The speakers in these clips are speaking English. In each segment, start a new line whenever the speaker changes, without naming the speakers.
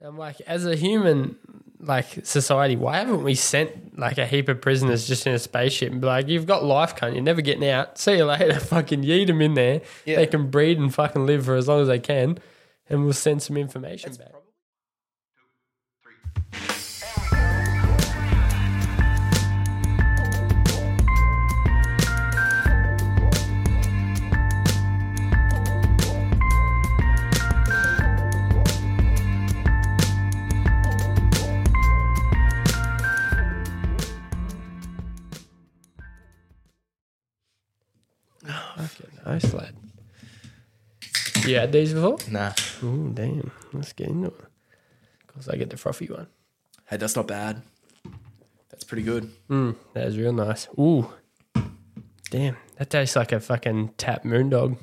I'm like, as a human, like society, why haven't we sent like a heap of prisoners just in a spaceship and be like, you've got life, cunt, you're never getting out. See you later. Fucking yeet them in there.
Yeah.
They can breed and fucking live for as long as they can, and we'll send some information back. Fucking nice lad. You had these before?
Nah.
Ooh, damn. Let's get into it. Cause I get the frothy one.
Hey, that's not bad. That's pretty good.
Mm, that is real nice. Ooh. Damn. That tastes like a fucking tap moon dog.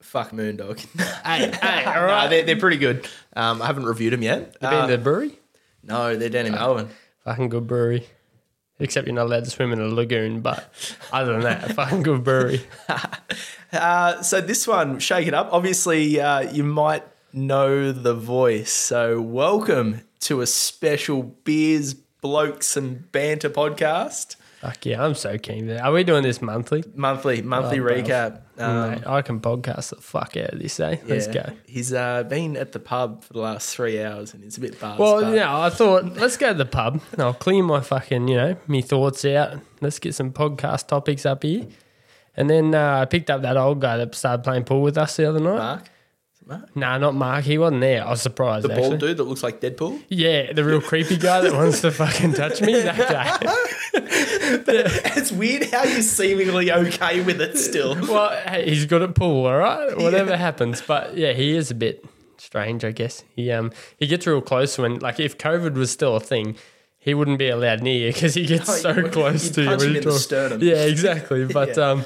Fuck Moondog.
Hey, hey, all
Nah, they're, they're pretty good. Um, I haven't reviewed them yet.
You been
Uh,
to the brewery?
no, they're down in Melbourne.
Fucking good brewery. Except you're not allowed to swim in a lagoon, but other than that, fucking good brewery.
Uh, so this one, Shake It Up. Obviously, uh, you might know the voice. So welcome to a special Beers, Blokes and Banter podcast.
Fuck yeah, I'm so keen. there. Are we doing this monthly?
Monthly, monthly
Oh, bruv.
recap. Um,
Mate, I can podcast the fuck out of this, eh? Let's
yeah.
go.
He's uh, been at the pub for the last three hours and he's a bit buzzed.
Well,
but-
you know, I thought, let's go to the pub and I'll clear my fucking, you know, me thoughts out. Let's get some podcast topics up here. And then uh, I picked up that old guy that started playing pool with us the other night.
Mark. Is it Mark?
Nah, not Mark. He wasn't there. I was surprised.
The
actually.
bald dude that looks like Deadpool.
Yeah, the real creepy guy that wants to fucking touch me that guy.
it's weird how you're seemingly okay with it still.
Well, hey, he's good at pool, all right. Whatever happens, but yeah, he is a bit strange, I guess. He um he gets real close when like if COVID was still a thing, he wouldn't be allowed near you because he gets
No,
so
you would-
close
you'd
to you.
punch
when
him
you
in the
talk.
sternum.
Yeah, exactly. But
Yeah.
um,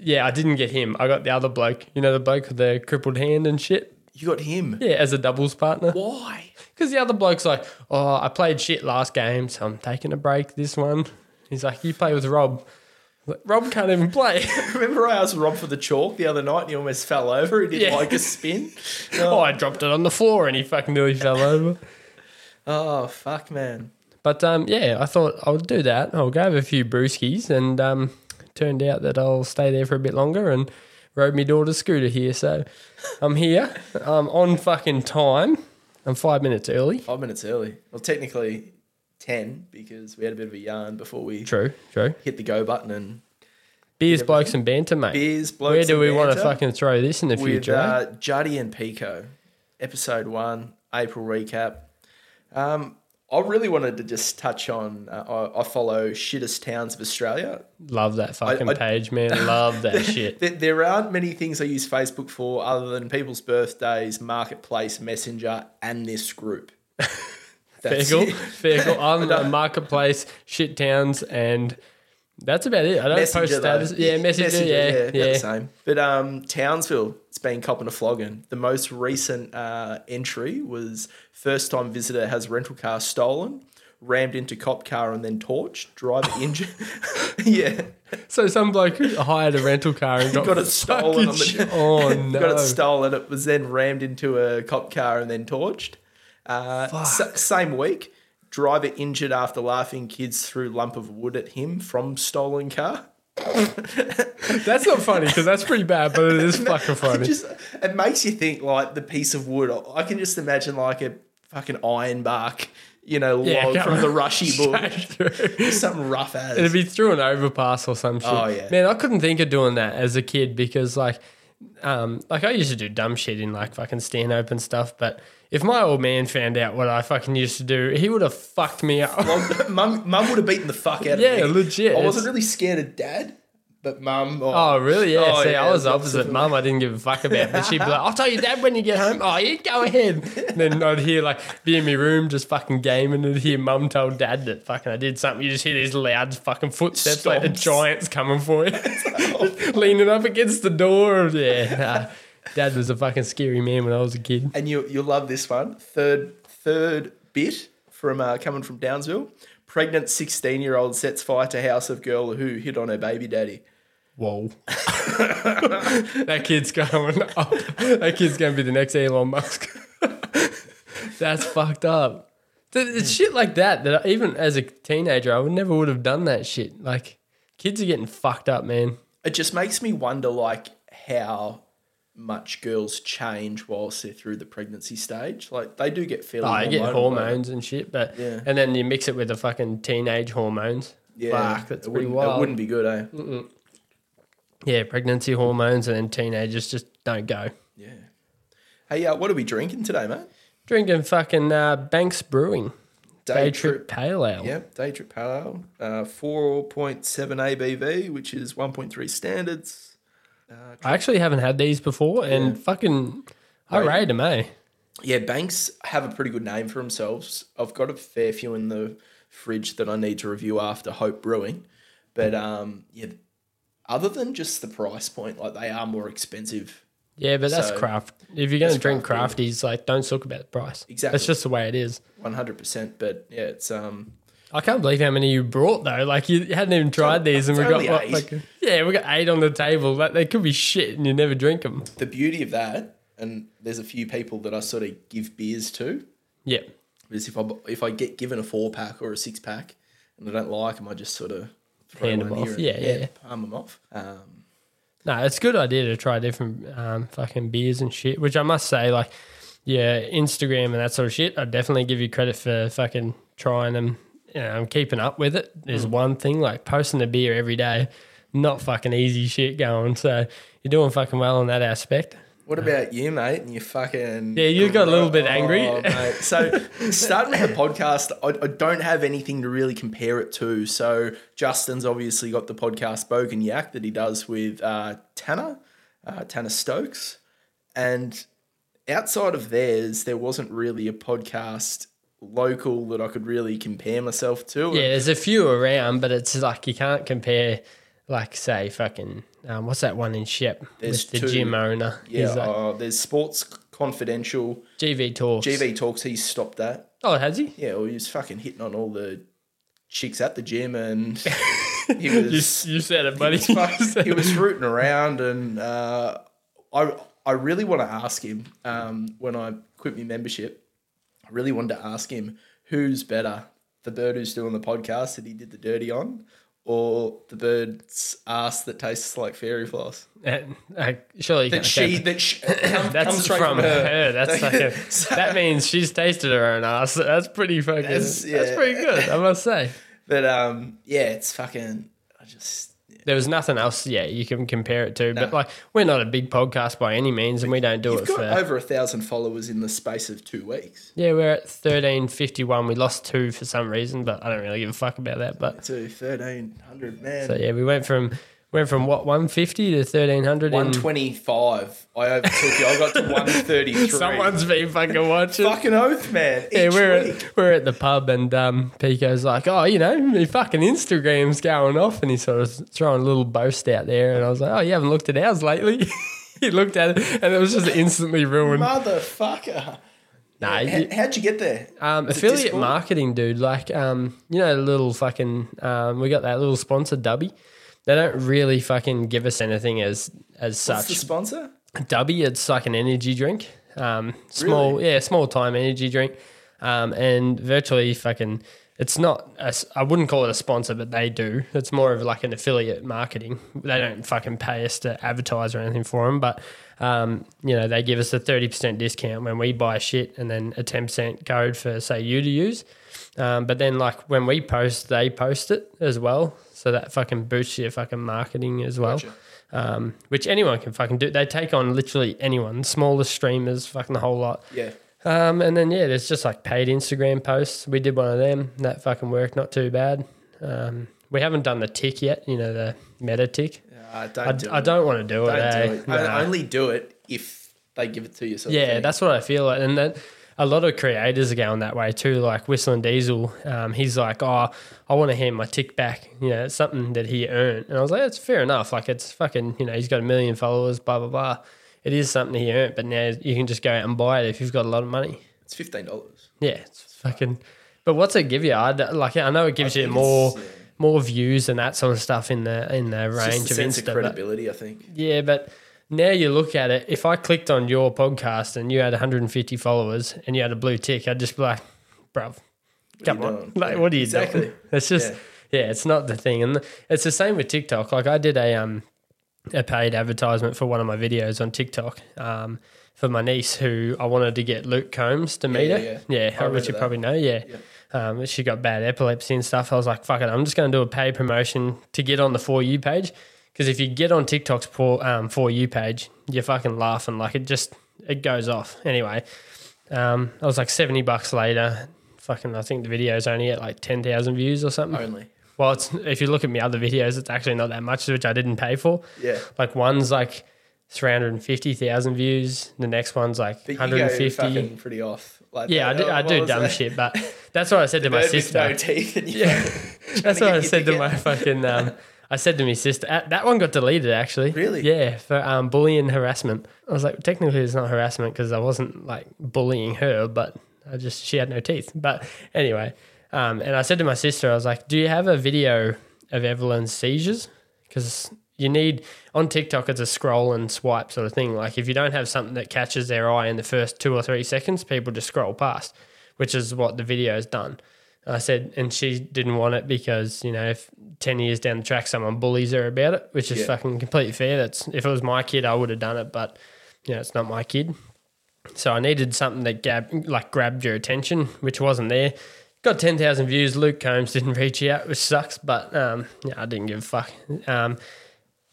yeah, I didn't get him. I got the other bloke. You know, the bloke with the crippled hand and shit.
You got him.
Yeah, as a doubles partner.
Why?
Because the other bloke's like, oh, I played shit last game, so I'm taking a break this one. He's like, you play with Rob. Like, Rob can't even play.
Remember I asked Rob for the chalk the other night and he almost fell over. He did
Yeah.
like a spin.
oh, I dropped it on the floor and he fucking nearly fell over.
Oh, fuck, man.
But um, yeah, I thought I'll do that. I'll go have a few brewskis. And um, turned out that I'll stay there for a bit longer and rode my daughter's scooter here. So I'm here. I'm on fucking time. I'm five minutes early.
Five minutes early. Well, technically 10 because we had a bit of a yarn before we
True, true.
hit the go button and
Beers, blokes, and banter, mate.
beers,
Where
blokes.
do
and
we want to
banter
fucking throw this in the
With
future? eh?
uh, Juddy and Pico, episode one, April recap. Um, I really wanted to just touch on. Uh, I, I follow shittest towns of Australia.
Love that fucking
I-
page, man. Love that shit.
There, there aren't many things I use Facebook for other than people's birthdays, marketplace, messenger, and this group. That's
Fairgle,
it.
Fairgle on the marketplace, shit towns, and that's about it. I don't post
Messenger, though.
status. Yeah, messenger. yeah,
about
yeah.
the same. But um, Townsville, it's been copping a flogging. The most recent uh, entry was first time visitor has rental car stolen, rammed into cop car and then torched, driver injured. yeah,
So some bloke hired a rental car and got,
got it stolen. On
fucking-
the,
oh no!
Got it stolen. It was then rammed into a cop car and then torched. Uh, sa- same week, driver injured after laughing kids threw lump of wood at him from stolen car.
that's not funny because that's pretty bad, but it is fucking
It
funny.
just it makes you think like the piece of wood. I can just imagine like a fucking iron bark, you know,
Yeah,
log
come
from the
on.
rushy bush.
It'd
Something rough as.
be through an overpass or some shit.
Oh, yeah.
man, I couldn't think of doing that as a kid because like. um, like I used to do dumb shit in like fucking stand up and stuff, but if my old man found out what I fucking used to do, he would have fucked me up.
Well, mum, mum would have beaten the fuck out of me.
Yeah, legit.
I
It's-
wasn't really scared of dad, but mum.
Oh, really? Yeah.
Oh,
See,
yeah,
I was
that's
opposite. Mum, I didn't give a fuck about, but she'd be like, "I'll tell your dad when you get home." Oh, you go ahead. And then I'd hear like be in my room just fucking gaming, and hear mum tell dad that fucking I did something. You just hear these loud fucking footsteps, like the
Stomps.
giants coming for you, leaning up against the door. Yeah. nah. Dad was a fucking scary man when I was a kid.
and you you'll love this one. Third third bit from uh, coming from Downsville. Pregnant sixteen year old sets fire to house of girl who hit on her baby daddy.
Whoa. that kid's going up. That kid's going to be the next Elon Musk. That's fucked up. Th- It's
Hmm.
shit like that that I, even as a teenager, I would never would have done that shit. Like, kids are getting fucked up, man.
it just makes me wonder like how much girls change whilst they're through the pregnancy stage. Like they do get fairly.
I Ah, get
hormonal,
hormones and shit, but
Oh, Yeah.
and then you mix it with the fucking teenage hormones.
but, Yeah,
Fuck, that's
it
pretty
wouldn't,
wild.
It wouldn't be good, eh?
Yeah, pregnancy hormones and then teenagers just don't go.
Yeah. Hey, uh, what are we drinking today, mate?
Drinking fucking uh, Banks Brewing Day, Trip, Pale Ale.
Yep, day trip pale ale, uh, four point seven ABV, which is one point three standards.
I actually haven't had these before, and fucking I
Right.
rate them, eh?
Yeah, banks have a pretty good name for themselves. I've got a fair few in the fridge that I need to review after Hope Brewing, but
Mm-hmm.
um, yeah, other than just the price point, like they are more expensive.
Yeah, but that's
So,
craft. If you're going to
that's
drink
craft
crafties, like don't talk about the price.
Exactly.
that's just the way it is.
One hundred percent, but yeah, it's um,
I can't believe how many you brought though. Like you hadn't even tried these, and we
it's
got
only
what,
eight.
like yeah, we got eight on the table. Like they could be shit, and you never drink them.
the beauty of that. And there's a few people that I sort of give beers to.
Yeah,
Because if I if I get given a four pack or a six pack and I don't like them, I just sort of throw
Hand
one
'em
here
off.
and-
Yeah, yeah.
palm them off. Um,
no, it's a good idea to try different um, fucking beers and shit. Which I must say, like yeah, Instagram and that sort of shit. I definitely give you credit for fucking trying them. You know, keeping up with it is
Mm.
one thing. Like posting a beer every day, not fucking easy shit going. So you're doing fucking well on that aspect.
what about you, mate? And you fucking Oh,
Yeah, you got a little bit angry.
mate. So starting with the podcast, I, I don't have anything to really compare it to. So Justin's obviously got the podcast Bogan Yak that he does with uh, Tanner, uh, Tanner Stokes, and outside of theirs, there wasn't really a podcast local that I could really compare myself to.
Yeah, there's a few around, but it's like you can't compare, like say fucking um, what's that one in Shep
There's
with the
two.
gym owner?
Yeah,
He's like,
uh, there's Sports Confidential.
GV Talks.
GV Talks, he stopped that.
Oh, has he?
Yeah, well, he was fucking hitting on all the chicks at the gym and he was,
You said it, buddy.
fuck- he was rooting around. And uh, I, I really want to ask him um, when I quit my membership, I really wanted to ask him who's better, the bird who's doing the podcast that he did the dirty on or the bird's ass that tastes like fairy floss?
And, uh, surely you
That
can't
she,
say-
that she, come-
That's
comes
from, her. That's like a,
So-
that means she's tasted her own ass. That's pretty fucking. That's,
That's- yeah.
pretty good, I must say.
But um, yeah, it's fucking. I just
There was nothing else, yeah, you can compare it to. But
No.
like, we're not a big podcast by any means, and we don't do
we've
it
got
for
over a thousand followers in the space of two weeks.
Yeah, we're at thirteen fifty one. We lost two for some reason, but I don't really give a fuck about that. But
To thirteen hundred man.
so yeah, we went from went from what one fifty to thirteen hundred.
one twenty five. I overtook you. I got to one thirty three.
Someone's been fucking watching.
fucking oath, man. Each
Yeah, we're
week.
at, we're at the pub and um, Pico's like, oh, you know, my fucking Instagram's going off, and he's sort of throwing a little boast out there, and I was like, oh, you haven't looked at ours lately. he looked at it, and it was just instantly ruined.
Motherfucker.
Nah, you-
H- how'd you get there?
Um,
Is it
affiliate
Discord?
marketing, dude. Like, um, you know, the little fucking, um, we got that little sponsor, Dubby. They don't really fucking give us anything as as
What's the
such.
sponsor?
Dubby, it's like an energy drink. Um, small, yeah, small time energy drink. Um, and virtually fucking, it's not. A, s- I wouldn't call it a sponsor, but they do. It's more of like an affiliate marketing. They don't fucking pay us to advertise or anything for them, but um, you know, they give us a thirty percent discount when we buy shit, and then a ten percent code for say you to use. Um, but then like when we post, they post it as well, so that fucking boosts your fucking marketing as well um, which anyone can fucking do. They take on literally anyone, smallest streamers, fucking the whole lot.
Yeah.
Um, and then yeah, there's just like paid Instagram posts. We did one of them. That fucking worked, not too bad. Um, we haven't done the tick yet, you know, the meta tick.
Uh, don't
I,
do
I
it.
don't want to do it.
Don't
eh?
do it.
Nah.
I only do it if they give it to you. Sort of
Yeah,
thing.
that's what I feel like. And then a lot of creators are going that way too. Like Whistling Diesel, um, he's like, oh, I want to hand my tick back. You know, it's something that he earned. And I was like, that's fair enough. Like, it's fucking, you know, he's got a million followers, blah, blah, blah. It is something he earned, but now you can just go out and buy it if you've got a lot of money.
it's fifteen dollars.
Yeah, it's fucking. But what's it give you? I d- like. I know it gives you
think
more,
it's, yeah.
more views and that sort of stuff in the in the
Just
range
the
of
sense
Insta.
of
but-
credibility, I think.
yeah, but now you look at it, if I clicked on your podcast and you had 150 followers and you had a blue tick, I'd just be like, bruv, come
you
on.
doing?
Like, what are you
Exactly.
doing? It's just, yeah. it's not the thing. And it's the same with TikTok. Like, I did a, um, a paid advertisement for one of my videos on TikTok um, for my niece who I wanted to get Luke Combs to meet
yeah,
her. Yeah,
I remember
which you
that.
probably know. Yeah. Um, she got bad epilepsy and stuff. I was like, fuck it, I'm just going to do a paid promotion to get on the For You page. Because if you get on TikTok's for, um, For You page, you're fucking laughing. Like it just, it goes off. Anyway, um, I was like 70 bucks later. Fucking, I think the video's only at like 10,000 views or something.
Only.
Well, it's, if you look at my other videos, it's actually not that much, which I didn't pay for.
Yeah.
Like one's like 350,000 views. The next one's like
But you go
150.
fucking pretty off. Like
yeah, I do,
that.
I
What
do
was
dumb
that?
shit, but that's what I said to my
Bird with
sister.
no teeth. And you
Yeah. That's what I
your
said to
ticket.
my fucking. Um, I said to my sister. uh, That one got deleted actually.
Really?
Yeah, for um, bullying harassment. I was like, technically, it's not harassment because I wasn't like bullying her, but I just she had no teeth. But anyway, um, and I said to my sister, I was like, "Do you have a video of Evelyn's seizures? Because you need on TikTok, it's a scroll and swipe sort of thing. Like if you don't have something that catches their eye in the first two or three seconds, people just scroll past, which is what the video's done." I said, and she didn't want it because you know, if ten years down the track someone bullies her about it, which is
Yeah.
fucking completely fair. That's if it was my kid, I would have done it, but you know, it's not my kid. So I needed something that gab, like grabbed your attention, which wasn't there. Got ten thousand views. Luke Combs didn't reach out, which sucks, but um, yeah, I didn't give a fuck. Um,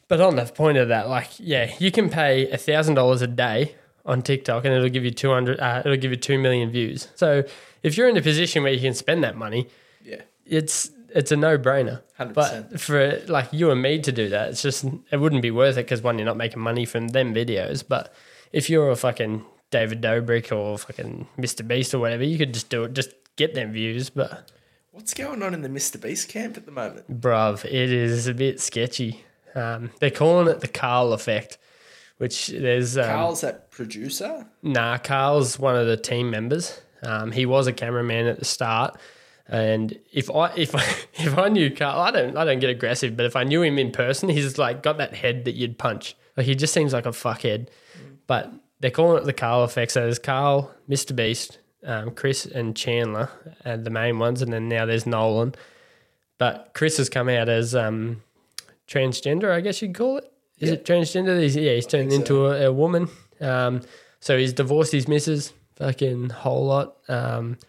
but on the point of that, like, yeah, you can pay thousand dollars a day on TikTok, and it'll give you two hundred. Uh, it'll give you two million views. So if you're in a position where you can spend that money,
Yeah.
it's it's a no brainer.
100%.
But for like you and me to do that, it's just it wouldn't be worth it because one, you're not making money from them videos. But if you're a fucking David Dobrik or fucking Mr Beast or whatever, you could just do it. Just get them views. But
What's going on in the Mr. Beast camp at the moment?
bruv, it is a bit sketchy. Um, they're calling it the Carl effect, which there's um,
Carl's that producer.
Nah, Carl's one of the team members. Um, he was a cameraman at the start, and if I if I, if I knew Carl, I don't I don't get aggressive, but if I knew him in person, he's like got that head that you'd punch. Like he just seems like a fuckhead. But they're calling it the Carl effect. So there's Carl, Mr. Beast, um, Chris, and Chandler, and the main ones, and then now there's Nolan. But Chris has come out as um, transgender, I guess you'd call it. Is it transgender? He's, yeah, he's turned into a, a woman. Um, so he's divorced his missus, fucking whole lot. Um,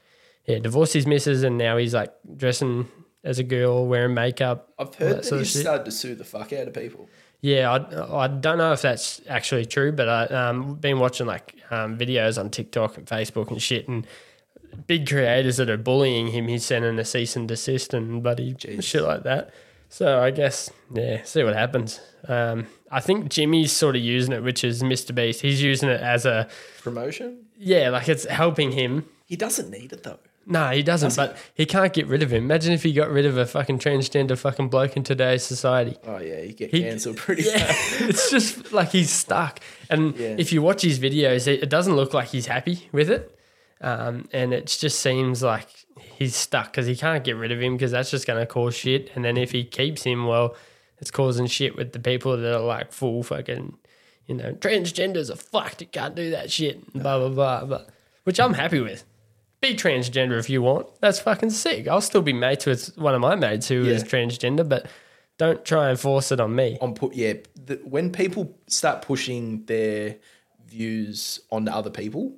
yeah, divorced his missus, and now he's like dressing as a girl, wearing makeup.
I've
all
heard that,
sort of
he's
shit.
started to sue the fuck out of people.
Yeah, I, I don't know if that's actually true, but I've um, been watching like um, videos on TikTok and Facebook and shit, and big creators that are bullying him, he's sending a cease and desist and bloody shit like that. So I guess, yeah, see what happens. Um, I think Jimmy's sort of using it, which is Mr. Beast. He's using it as a,
Promotion?
yeah, like it's helping him.
He doesn't need it though.
No, he doesn't, but he can't get rid of him. Imagine if he got rid of a fucking transgender fucking bloke in today's society.
Oh yeah, you get
He-
cancelled pretty
Yeah,
fast.
it's just like he's stuck. And
Yeah.
if you watch his videos, it it doesn't look like he's happy with it. Um, and it just seems like he's stuck because he can't get rid of him because that's just going to cause shit. And then if he keeps him, well, it's causing shit with the people that are like full fucking, you know, transgenders are fucked. You can't do that shit. and Blah, blah, blah. But, which I'm happy with. Be transgender if you want. That's fucking sick. I'll still be mates with one of my mates who is
Yeah.
transgender, but don't try and force it on me.
On put yeah, the, when people start pushing their views onto other people,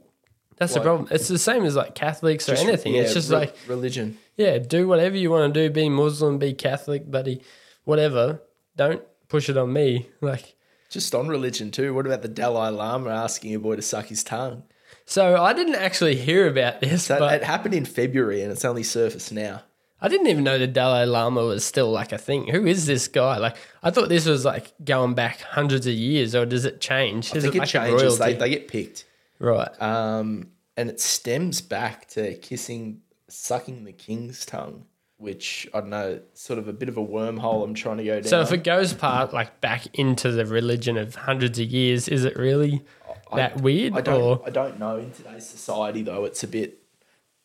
That's the
Like-
problem. It's the same as like Catholics or anything.
yeah,
it's just
re-
like,
religion.
yeah, do whatever you want to do. Be Muslim, be Catholic, buddy, whatever. Don't push it on me. Like,
Just on religion too. What about the Dalai Lama asking a boy to suck his tongue?
so I didn't actually hear about this,
That
but
it happened in February and it's only surfaced now.
I didn't even know the Dalai Lama was still like a thing. Who is this guy? Like, I thought this was like going back hundreds of years, or does it change?
I
Is
think
it
it
like a
changes. They,
royalty?
they get picked.
right.
Um, and it stems back to kissing, sucking the king's tongue, which I don't know, sort of a bit of a wormhole I'm trying to go down.
so if it goes part like back into the religion of hundreds of years, is it really that weird?
I don't,
or
I don't know. In today's society, though, it's a bit.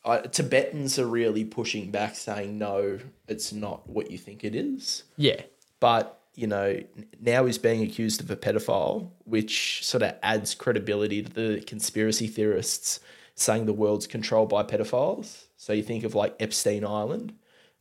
I Tibetans are really pushing back, saying no, it's not what you think it is.
yeah.
But you know, now he's being accused of a pedophile, which sort of adds credibility to the conspiracy theorists saying the world's controlled by pedophiles. So you think of like Epstein Island.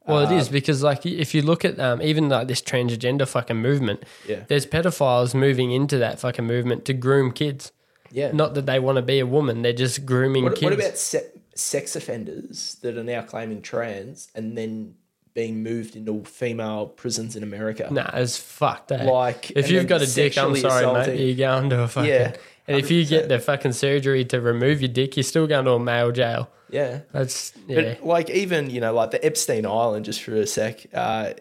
Well, it is
Um,
because like if you look at um, even like this transgender fucking movement,
Yeah.
there's pedophiles moving into that fucking movement to groom kids.
Yeah.
Not that they want to be a woman; they're just grooming
What,
kids.
what about se- sex offenders that are now claiming trans and then being moved into female prisons in America?
Nah, it's fucked. eh?
Like,
if
and
you've
then
got a dick, I'm
sexually
sorry,
assaulting.
mate. You're going to a fucking.
Yeah,
and if you get the fucking surgery to remove your dick, you're still going to a male jail.
Yeah.
That's yeah.
But like even you know like the Epstein Island, just for a sec, uh,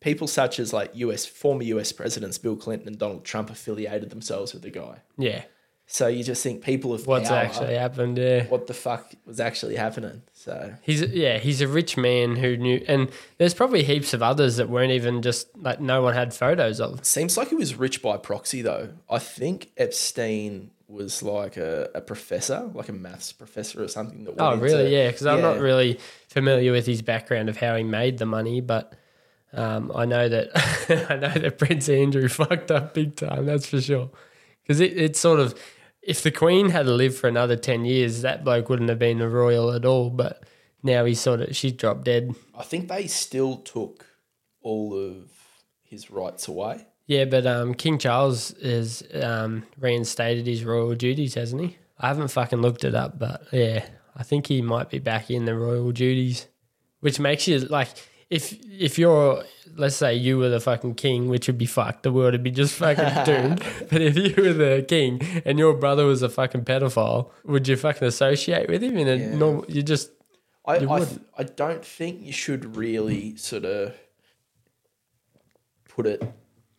people such as like U.S. former U.S. presidents Bill Clinton and Donald Trump affiliated themselves with the guy.
yeah.
So you just think people of
What's
power,
actually happened? Yeah.
what the fuck was actually happening. So
He's yeah, he's a rich man who knew, and there's probably heaps of others that weren't even just like no one had photos of.
seems like he was rich by proxy though. I think Epstein was like a, a professor, like a maths professor or something. That
Oh,
went
really?
into-
Yeah, because I'm not
Yeah.
really familiar with his background of how he made the money, but um, I know that I know that Prince Andrew fucked up big time. That's for sure. Because it, it's sort of if the Queen had lived for another ten years, that bloke wouldn't have been a royal at all. But now he's sort of she's dropped dead.
I think they still took all of his rights away.
Yeah, but um, King Charles has um, reinstated his royal duties, hasn't he? I haven't fucking looked it up, but yeah, I think he might be back in the royal duties, which makes you like if if you're let's say you were the fucking king, which would be fucked, the world would be just fucking doomed. but if you were the king and your brother was a fucking pedophile, would you fucking associate with him? In a normal, you just
I, I, th- I don't think you should really sort of put it,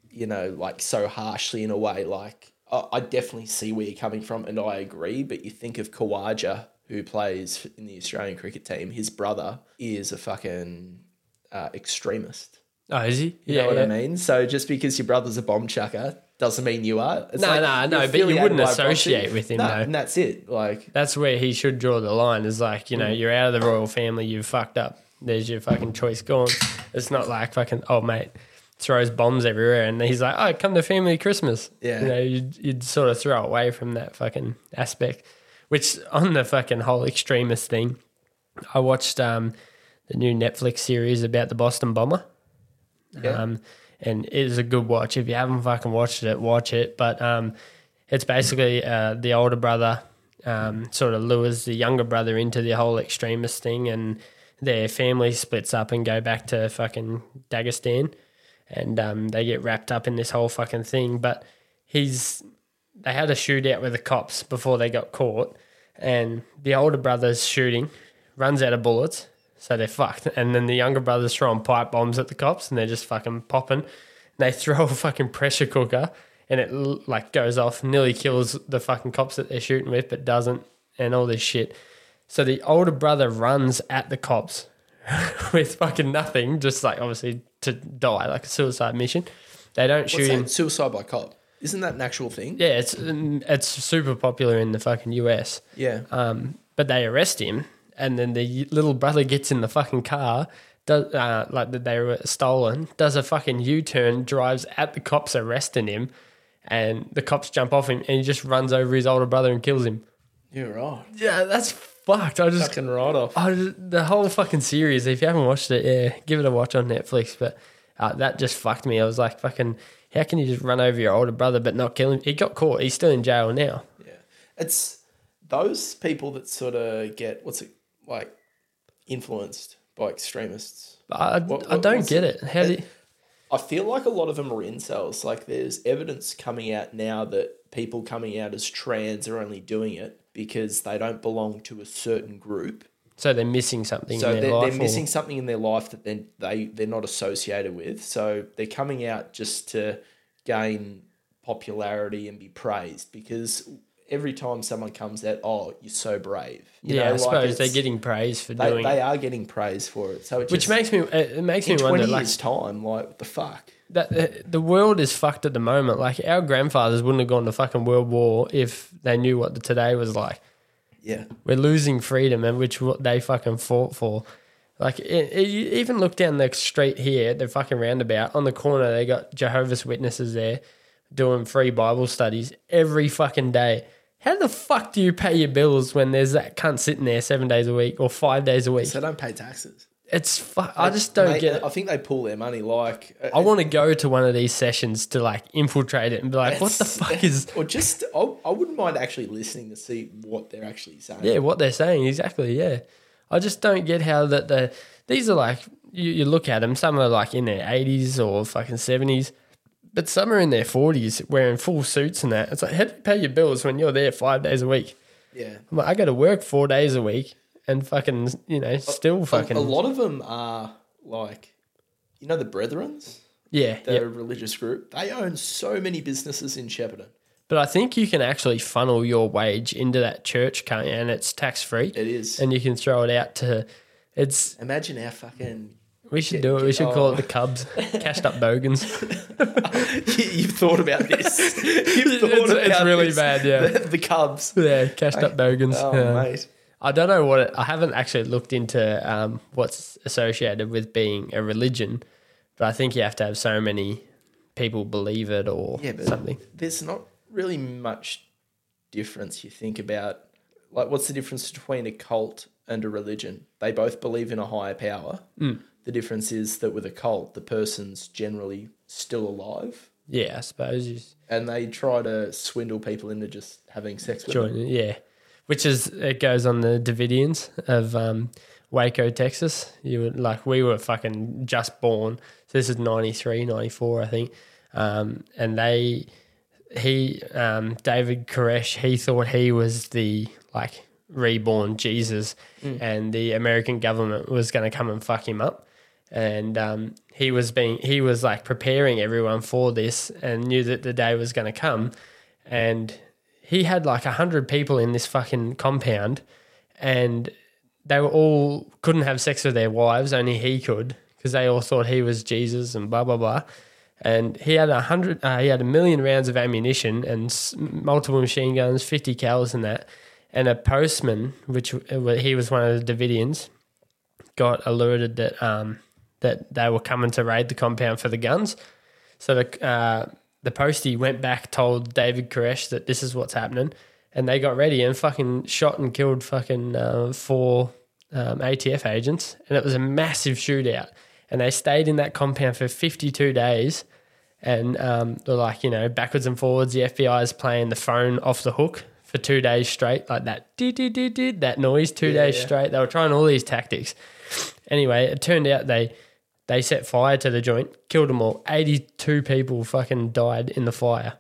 you know, like so harshly in a way. Like, I, I definitely see where you're coming from and I agree, but you think of Kawaja, who plays in the Australian cricket team, his brother is a fucking uh, extremist.
oh is he?
You know what I mean? So just because your brother's a bomb chucker doesn't mean you are. It's
No, no, no,
you're
but you
affiliated
wouldn't
by proxy.
associate with him,
No,
though.
and that's it. Like,
that's where he should draw the line is like, you know,
Mm.
you're out of the royal family, you've fucked up. There's your fucking choice gone. It's not like fucking, oh, mate, throws bombs everywhere. And he's like, oh, come to family Christmas.
Yeah.
You know, you'd, you'd sort of throw away from that fucking aspect, which on the fucking whole extremist thing, I watched um, the new Netflix series about the Boston bomber.
Yeah.
Um, and it is a good watch. If you haven't fucking watched it, watch it. But um, it's basically uh, the older brother um, sort of lures the younger brother into the whole extremist thing, and their family splits up and go back to fucking Dagestan, and um, they get wrapped up in this whole fucking thing. But he's they had a shootout with the cops before they got caught, and the older brother's shooting, runs out of bullets, so they're fucked. And then the younger brother's throwing pipe bombs at the cops, and they're just fucking popping. And they throw a fucking pressure cooker, and it l- like goes off, nearly kills the fucking cops that they're shooting with, but doesn't, and all this shit. So the older brother runs at the cops with fucking nothing, just like obviously to die, like a suicide mission. They don't shoot
what's
him.
that? Suicide by cop. Isn't that an actual thing?
Yeah, it's it's super popular in the fucking US.
Yeah.
Um, but they arrest him, and then the little brother gets in the fucking car, does uh, like that they were stolen, does a fucking U turn, drives at the cops arresting him, and the cops jump off him, and he just runs over his older brother and kills him.
You're right.
Yeah, that's fucked. I just
Fucking right off.
I just- the whole fucking series. If you haven't watched it, yeah, give it a watch on Netflix. But uh, that just fucked me. I was like, fucking, how can you just run over your older brother but not kill him? He got caught. He's still in jail now.
Yeah. It's those people that sort of get what's it like influenced by extremists.
But I,
What-
I
what-
don't
what's-
get it. How do you,
I feel like a lot of them are incels. Like there's evidence coming out now that people coming out as trans are only doing it because they don't belong to a certain group.
so they're missing something
So
in their
they're,
life.
they're
or-
missing something in their life that then they they're not associated with. So they're coming out just to gain popularity and be praised because every time someone comes out, oh, you're so brave. You
yeah,
know,
I
like
suppose they're
it's-
getting praise for
they,
doing
they
it,
are getting praise for it. So it
which
just,
makes me it it makes me
in
wonder.
twenty
Like
years time, like what the fuck.
that, uh, the world is fucked at the moment. Like our grandfathers wouldn't have gone to fucking World War if they knew what the today was like.
Yeah,
We're losing freedom, and which what they fucking fought for. Like, it, it, you even look down the street here, the fucking roundabout on the corner, they got Jehovah's Witnesses there doing free Bible studies every fucking day. How the fuck do you pay your bills when there's that cunt sitting there seven days a week or five days a week?
So they don't pay taxes.
It's fu- I just don't
Mate, uh,
get it.
I think they pull their money like. uh,
I want to go to one of these sessions to like infiltrate it and be like, what the
It's-
fuck is
Or just, I, I wouldn't mind actually listening to see what they're actually saying.
Yeah, what they're saying exactly. Yeah, I just don't get how that the these are like you, you look at them. Some are like in their eighties or fucking seventies, but some are in their forties wearing full suits and that. It's like how do you pay your bills when you're there five days a week?
yeah.
I'm like, I got to work four days a week and fucking you know still fucking
A lot of them are like, you know, the Brethrens,
yeah
the
yeah.
religious group. They own so many businesses in Shepparton.
But I think you can actually funnel your wage into that church, can't you? And it's tax free,
It is.
and you can throw it out to. It's
Imagine our fucking.
we should do it. We should call it the Cubs, cashed up bogans.
You've thought about this. You've thought
It's- it's really
this.
bad, yeah.
The, the Cubs.
Yeah, cashed up bogans.
Oh,
Yeah.
mate.
I don't know what it, I haven't actually looked into um, what's associated with being a religion, but I think you have to have so many people believe it or
Yeah, but
something.
there's not really much difference you think about. Like, what's the difference between a cult and a religion? They both believe in a higher power.
Mm.
The difference is that with a cult, the person's generally still alive
Yeah, I suppose you
and they try to swindle people into just having sex with
join.
them.
it, Yeah, which is it goes on the Davidians of um, Waco, Texas. You were like we were fucking just born, so this is 93, 94, I think, um, and they he um, David Koresh he thought he was the like reborn Jesus, and the American government was going to come and fuck him up. And um, he was being he was like preparing everyone for this, and knew that the day was going to come. And he had like a hundred people in this fucking compound, and they were all couldn't have sex with their wives. Only he could because they all thought he was Jesus and blah blah blah. And he had a hundred, uh, he had a million rounds of ammunition and s- multiple machine guns, fifty cals and that. And a postman, which uh, he was one of the Davidians, got alerted that um, that they were coming to raid the compound for the guns. So the uh, the postie went back, told David Koresh that this is what's happening, and they got ready and fucking shot and killed fucking uh, four um, ATF agents, and it was a massive shootout. And they stayed in that compound for fifty two days, and um, they're like you know backwards and forwards. The FBI is playing the phone off the hook for two days straight, like that did did did did that noise two days
yeah.
straight. They were trying all these tactics. Anyway, it turned out they they set fire to the joint, killed them all. Eighty-two people fucking died in the fire.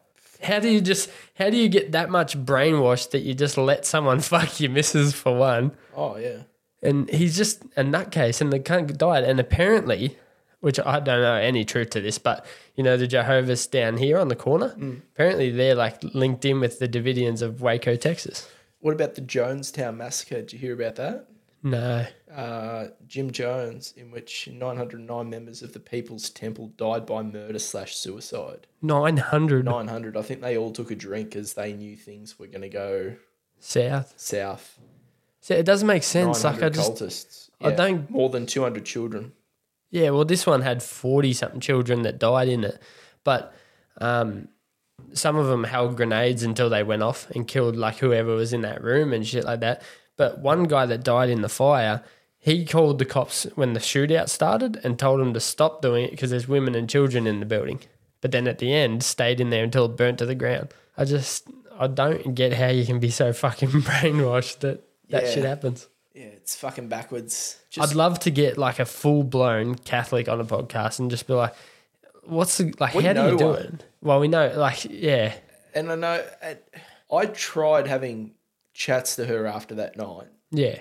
How do you just? How do you get that much brainwashed that you just let someone fuck your missus for one?
Oh, yeah.
And he's just a nutcase, and the cunt died. And apparently, which I don't know any truth to this, but you know the Jehovah's down here on the corner. Apparently, they're like linked in with the Davidians of Waco, Texas.
What about the Jonestown massacre? Did you hear about that?
No,
uh, Jim Jones, in which 909 members of the People's Temple died by murder slash suicide.
nine hundred
900, I think they all took a drink as they knew things were going to go
south.
south.
So it doesn't make sense. Like I
900
just
cultists.
I
Yeah,
don't-
More than 200 children.
Yeah, well, this one had 40 something children that died in it, but um, some of them held grenades until they went off and killed like whoever was in that room and shit like that. But one guy that died in the fire, he called the cops when the shootout started and told them to stop doing it because there's women and children in the building. But then at the end, stayed in there until it burnt to the ground. I just, I don't get how you can be so fucking brainwashed that that
Yeah.
shit happens.
Yeah, it's fucking backwards.
I'd
Just
love to get like a full blown Catholic on a podcast and just be like, "What's the, like?
We
how do
know
you do
one.
it?" Well, we know, like, yeah,
and I know and I tried having chats to her after that night,
yeah,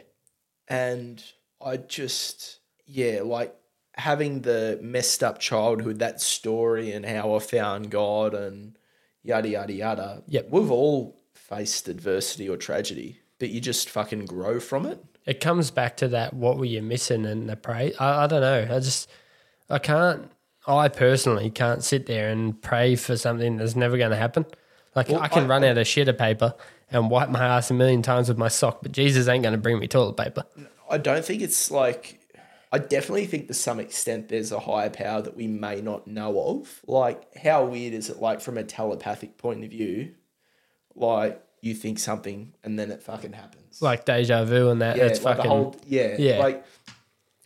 and I just yeah, like having the messed up childhood, that story, and how I found God, and yada yada yada.
Yep.
we've all faced adversity or tragedy, but you just fucking grow from it.
it comes back to that. What were you missing? And the pray. I, I don't know. I just, I can't. I personally can't sit there and pray for something that's never going to happen. Like I can
I-
run out of shitter paper and wipe my ass a million times with my sock, but Jesus ain't going to bring me toilet paper.
I don't think it's like I definitely think to some extent there's a higher power that we may not know of. Like, how weird is it, like, from a telepathic point of view, like, you think something and then it fucking happens?
Like deja vu and that.
yeah,
that's
like the
fucking.
whole- yeah,
yeah.
Like,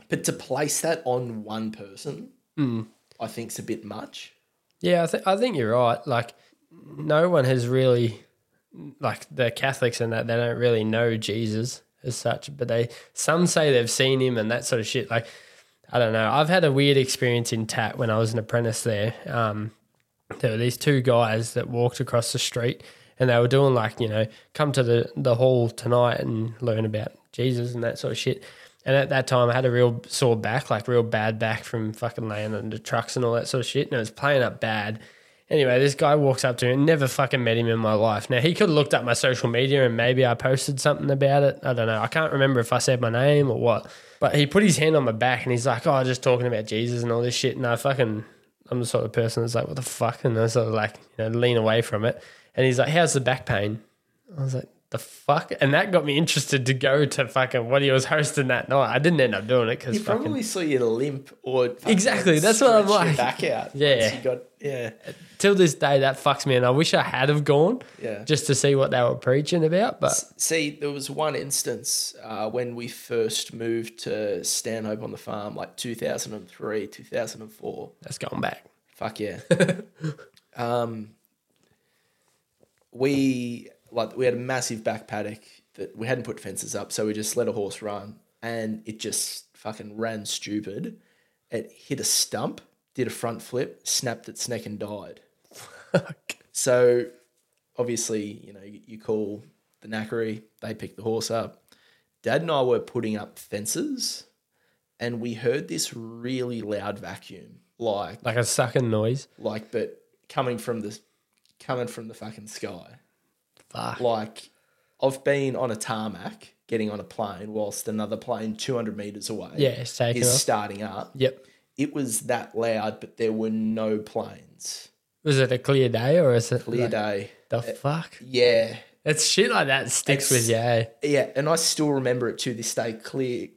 but to place that on one person,
Hmm.
I think's a bit much.
Yeah, I, th- I think you're right. Like, no one has really, like the Catholics and that, they don't really know Jesus as such, but they, some say they've seen him and that sort of shit. Like, I don't know. I've had a weird experience in TAT when I was an apprentice there. Um, there were these two guys that walked across the street and they were doing like, you know, come to the, the hall tonight and learn about Jesus and that sort of shit. And at that time I had a real sore back, like real bad back from fucking laying under trucks and all that sort of shit. And it was playing up bad. Anyway, this guy walks up to me, never fucking met him in my life. Now, he could have looked up my social media and maybe I posted something about it. I don't know. I can't remember if I said my name or what. But he put his hand on my back and he's like, oh, just talking about Jesus and all this shit. And I fucking I'm the sort of person that's like, what the fuck? And I sort of like, you know, lean away from it. And he's like, how's the back pain? I was like, the fuck? And that got me interested to go to fucking what he was hosting that night. I didn't end up doing it because
You
fucking.
probably saw you limp or fucking
Exactly, that's what I'm
stretch your
like.
Back out.
Yeah.
once You got yeah.
Till this day, that fucks me. And I wish I had have gone
Yeah.
just to see what they were preaching about. But
See, there was one instance uh, when we first moved to Stanhope on the farm, like 2003, 2004.
that's going back.
Fuck yeah. um, we like we had a massive back paddock that we hadn't put fences up, so we just let a horse run, and it just fucking ran stupid. It hit a stump, did a front flip, snapped its neck, and died.
Fuck.
So obviously, you know, you you call the knackery, they pick the horse up. Dad and I were putting up fences and we heard this really loud vacuum, like
Like a sucking noise.
like but coming from the coming from the fucking sky.
Fuck.
Like I've been on a tarmac getting on a plane whilst another plane 200 meters away
Yeah, it's taking
is
off.
starting up.
Yep.
It was that loud, but there were no planes.
Was it a clear day or is it
Clear
like,
day.
the fuck?
Yeah.
It's shit like that sticks with
It's-
you. eh?
Yeah, and I still remember it to this day clear,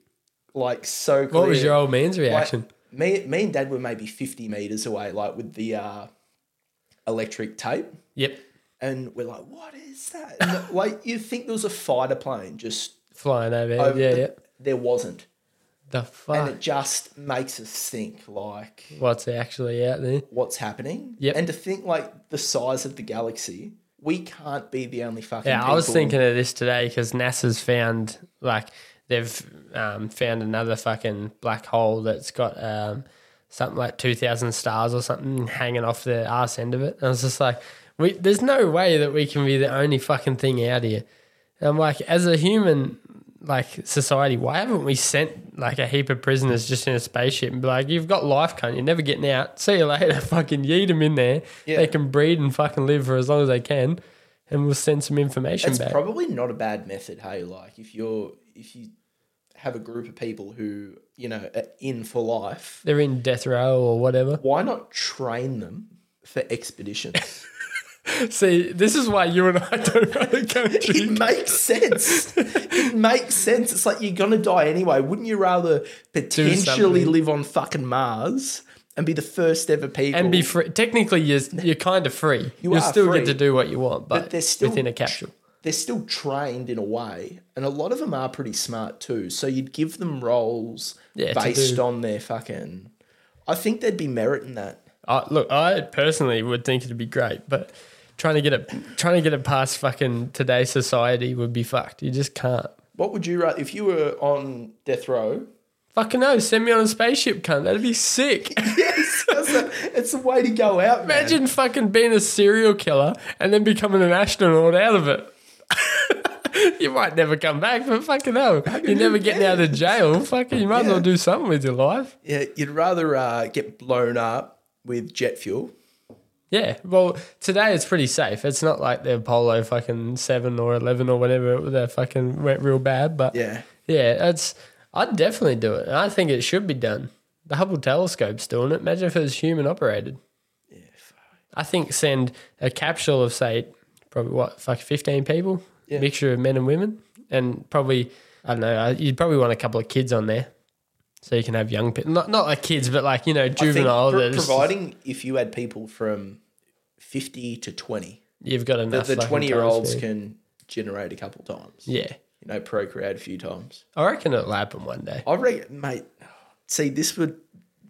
like so clear.
What was your old man's
Like,
reaction?
me, me and Dad were maybe fifty meters away, like with the uh, electric tape,
Yep.
and we're like, "What is that?" And, like you think there was a fighter plane just
Flying over.
over,
yeah, Ah.
but
yeah.
there wasn't,
The
and
fuck?
it just makes us think like
What's actually out there?
what's happening.
Yep.
and to think like the size of the galaxy, we can't be the only fucking.
Yeah, I was
people-
thinking of this today because NASA's found like they've um, found another fucking black hole that's got um, something like two thousand stars or something hanging off the arse end of it. And I was just like, we, there's no way that we can be the only fucking thing out here. And I'm like, as a human, like society, why haven't we sent like a heap of prisoners just in a spaceship and be like, you've got life, cunt, you're never getting out. See you later. Fucking yeet them in there.
Yeah.
They can breed and fucking live for as long as they can. And we'll send some information
It's
back.
probably not a bad method. Hey, like if you're if you have a group of people who you know are in for life,
They're in death row or whatever.
why not train them for expeditions?
See, this is why you and I don't run the country.
it makes sense. It makes sense. It's like you're gonna die anyway. Wouldn't you rather potentially
something.
live on fucking Mars and be the first ever people
And be free. Technically, you're, you're kind of free. You
are
still
free.
get to do what you want, but,
But they're still
within a capsule.
they're still trained in a way, and a lot of them are pretty smart too. So you'd give them roles
Yeah, to
based
do-
on their fucking. I think there'd be merit in that.
I, look, I personally would think it'd be great, but trying to get it trying to get it past fucking today's society would be fucked. You just can't.
What would you rather if you were on death row?
Fucking no, send me on a spaceship, cunt. That'd be sick.
Yes, that's a, it's a way to go out. man.
Imagine fucking being a serial killer and then becoming an astronaut out of it. you might never come back, but fucking hell. You're never getting out of jail. Fucking, you might as well do something with your life.
Yeah, you'd rather uh, get blown up with jet fuel.
Yeah. Well, today it's pretty safe. It's not like the Apollo fucking 7 or 11 or whatever that fucking went real bad, but
Yeah,
yeah, it's, I'd definitely do it. And I think it should be done. The Hubble telescope's doing it. Imagine if it was human operated.
yeah, fuck.
I think send a capsule of say probably what like fifteen people,
Yeah.
mixture of men and women, and probably I don't know. uh, You'd probably want a couple of kids on there, so you can have young people, not not like kids, but like you know
I think
juvenile.
pro-
that is-
providing if you had people from 50 to 20,
you've got
the,
enough.
the
fucking
20 year olds
time
can generate a couple times.
to- Yeah,
You know, procreate a few times.
I reckon it'll happen one day.
I reckon, mate, see, this would,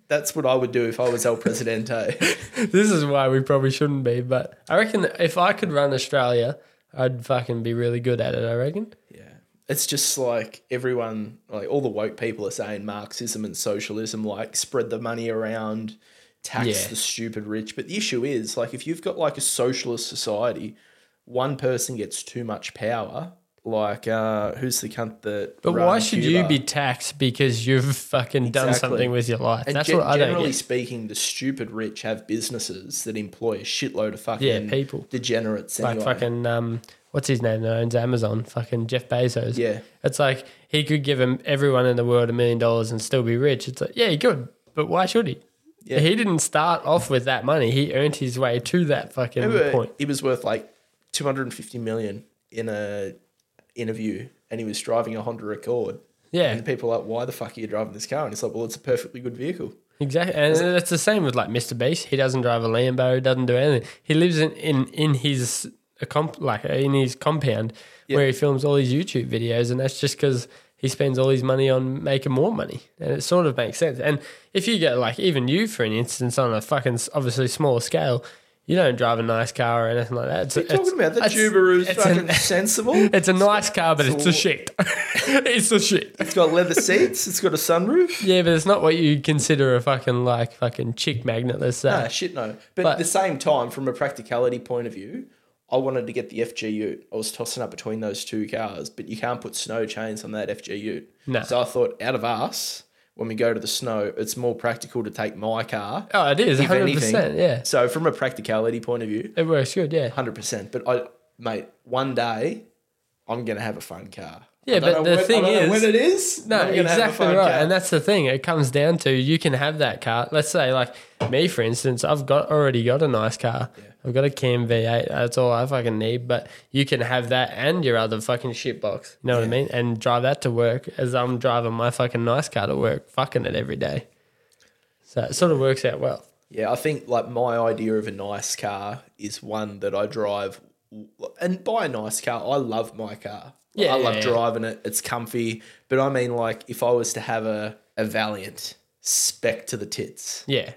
that's what I would do if I was El Presidente.
this is why we probably shouldn't be, but I reckon if I could run Australia, I'd fucking be really good at it. I reckon.
yeah. It's just like everyone, like all the woke people are saying Marxism and socialism, like spread the money around, tax
Yeah.
the stupid rich. But the issue is, like, if you've got like a socialist society, one person gets too much power. Like, uh, who's the cunt that.
But
run
why should you
Cuba?
be taxed because you've fucking done
Exactly.
something with your life?
And
That's
gen-
what I don't
generally
get.
speaking, the stupid rich have businesses that employ a shitload of fucking
Yeah, people.
degenerates
Like
anyway.
fucking um, what's his name that owns Amazon? Fucking Jeff Bezos.
Yeah.
It's like he could give him everyone in the world a million dollars and still be rich. It's like yeah, he could, but why should he?
Yeah.
He didn't start off with that money. He earned his way to that fucking
Remember,
point.
He was worth like 250 million in a interview, and he was driving a Honda Accord.
Yeah,
And people are like, "Why the fuck are you driving this car?" And it's like, "Well, it's a perfectly good vehicle."
Exactly, and it's the same with like Mr. Beast. He doesn't drive a Lambo, doesn't do anything. He lives in in in his a comp, like in his compound where he films all his YouTube videos, and that's just because he spends all his money on making more money, and it sort of makes sense. And if you get like even you, for an instance, on a fucking s- obviously smaller scale, you don't drive a nice car or anything like that. It's,
What are you talking about the
it's-
Jubaru's
it's
fucking
an-
sensible.
It's a nice car, but it's a
It's
shit. it's a shit.
it's got leather seats. It's got a sunroof.
Yeah, but it's not what you consider a fucking like fucking chick magnet. Let's say.
Ah, shit, no. But,
But-
at the same time, from a practicality point of view, I wanted to get the FG Ute. I was tossing up between those two cars, but you can't put snow chains on that FG Ute.
No.
So I thought, out of us, when we go to the snow, it's more practical to take my car.
Oh, it is
if
100%.
anything.
Yeah.
So from a practicality point of view,
It works good, yeah.
hundred percent. But I, mate, one day I'm gonna have a fun car.
Yeah,
I don't
but
know
the
when- I
thing
don't know
is-
when it is,
No,
but I'm gonna have a
exactly
fun
right.
car.
And that's the thing. It comes down to you can have that car. Let's say, like me, for instance, I've got already got a nice car. I've got a Cam V8. That's all I fucking need. But you can have that and your other fucking shit box. You know what I mean? And drive that to work as I'm driving my fucking nice car to work, fucking it every day. So it sort of works out well.
Yeah, I think like my idea of a nice car is one that I drive, and by a nice car, I love my car.
Yeah,
I love
yeah, yeah.
driving it. It's comfy, but I mean, like if I was to have a a Valiant spec to the tits,
Yeah,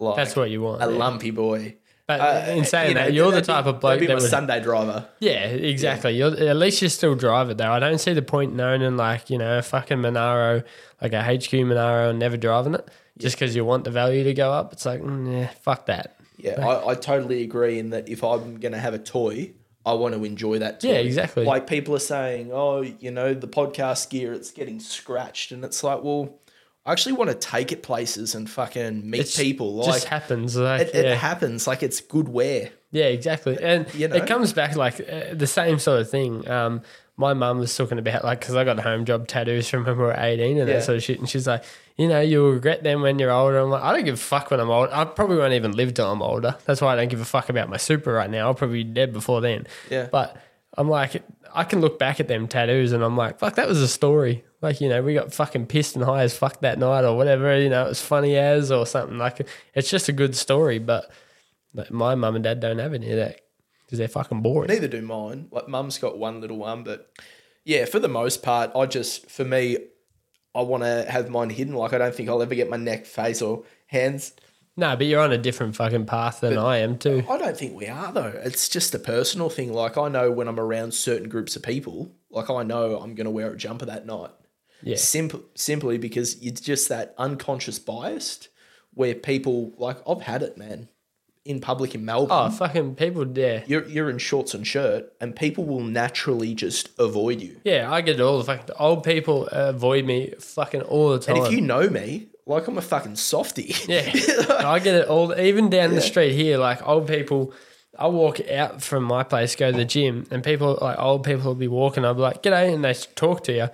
like
that's what you want.
a
yeah.
lumpy boy.
But
Uh,
in saying
you know,
that, you're the
that'd be-
type of
that'd
bloke
be
that
my
would
Sunday driver.
Yeah, exactly. You're, at least you still drive it though. I don't see the point in owning like you know a fucking Monaro, like a HQ Monaro, and never driving it just because you want the value to go up. It's like, mm, yeah, fuck that.
Yeah, I, I totally agree in that if I'm going to have a toy, I want to enjoy that toy.
Yeah, exactly.
Like people are saying, oh, you know, the podcast gear, it's getting scratched. And it's like, well, I actually want to take it places and fucking meet
It's-
people.
It
Like,
just happens. Like,
it,
yeah.
it happens. Like, it's good wear.
Yeah, exactly. And
you know?
it comes back like uh, the same sort of thing. Um, my mum was talking about like because I got home job tattoos from when we were eighteen and
Yeah.
that sort of shit, and she's like, you know, you'll regret them when you're older. I'm like, I don't give a fuck when I'm old. I probably won't even live till I'm older. That's why I don't give a fuck about my super right now. I'll probably be dead before then.
Yeah.
But I'm like, I can look back at them tattoos and I'm like, fuck, that was a story. Like, you know, we got fucking pissed and high as fuck that night or whatever, you know, it was funny as or something. Like, it's just a good story. But like, my mum and dad don't have any of that because they're fucking boring.
Neither do mine. Like, mum's got one little one, but yeah, for the most part, I just, for me, I want to have mine hidden. Like, I don't think I'll ever get my neck, face, or hands
No, but you're on a different fucking path than I am too.
I don't think we are though. It's just a personal thing. Like I know when I'm around certain groups of people, like I know I'm gonna wear a jumper that night.
Yeah.
Simple, simply because it's just that unconscious biased where people like I've had it, man, in public in
Oh,
Melbourne.
fucking people, yeah.
You're you're in shorts and shirt, and people will naturally just avoid you.
Yeah, I get it all the fucking old people avoid me fucking all the time.
And if you know me, like I'm a fucking softy.
Oh. Yeah, I get it all. Even down the street here, like old people, I walk out from my place, go to the gym, and people like old people will be walking. I'll be like, "G'day," and they s- talk to you.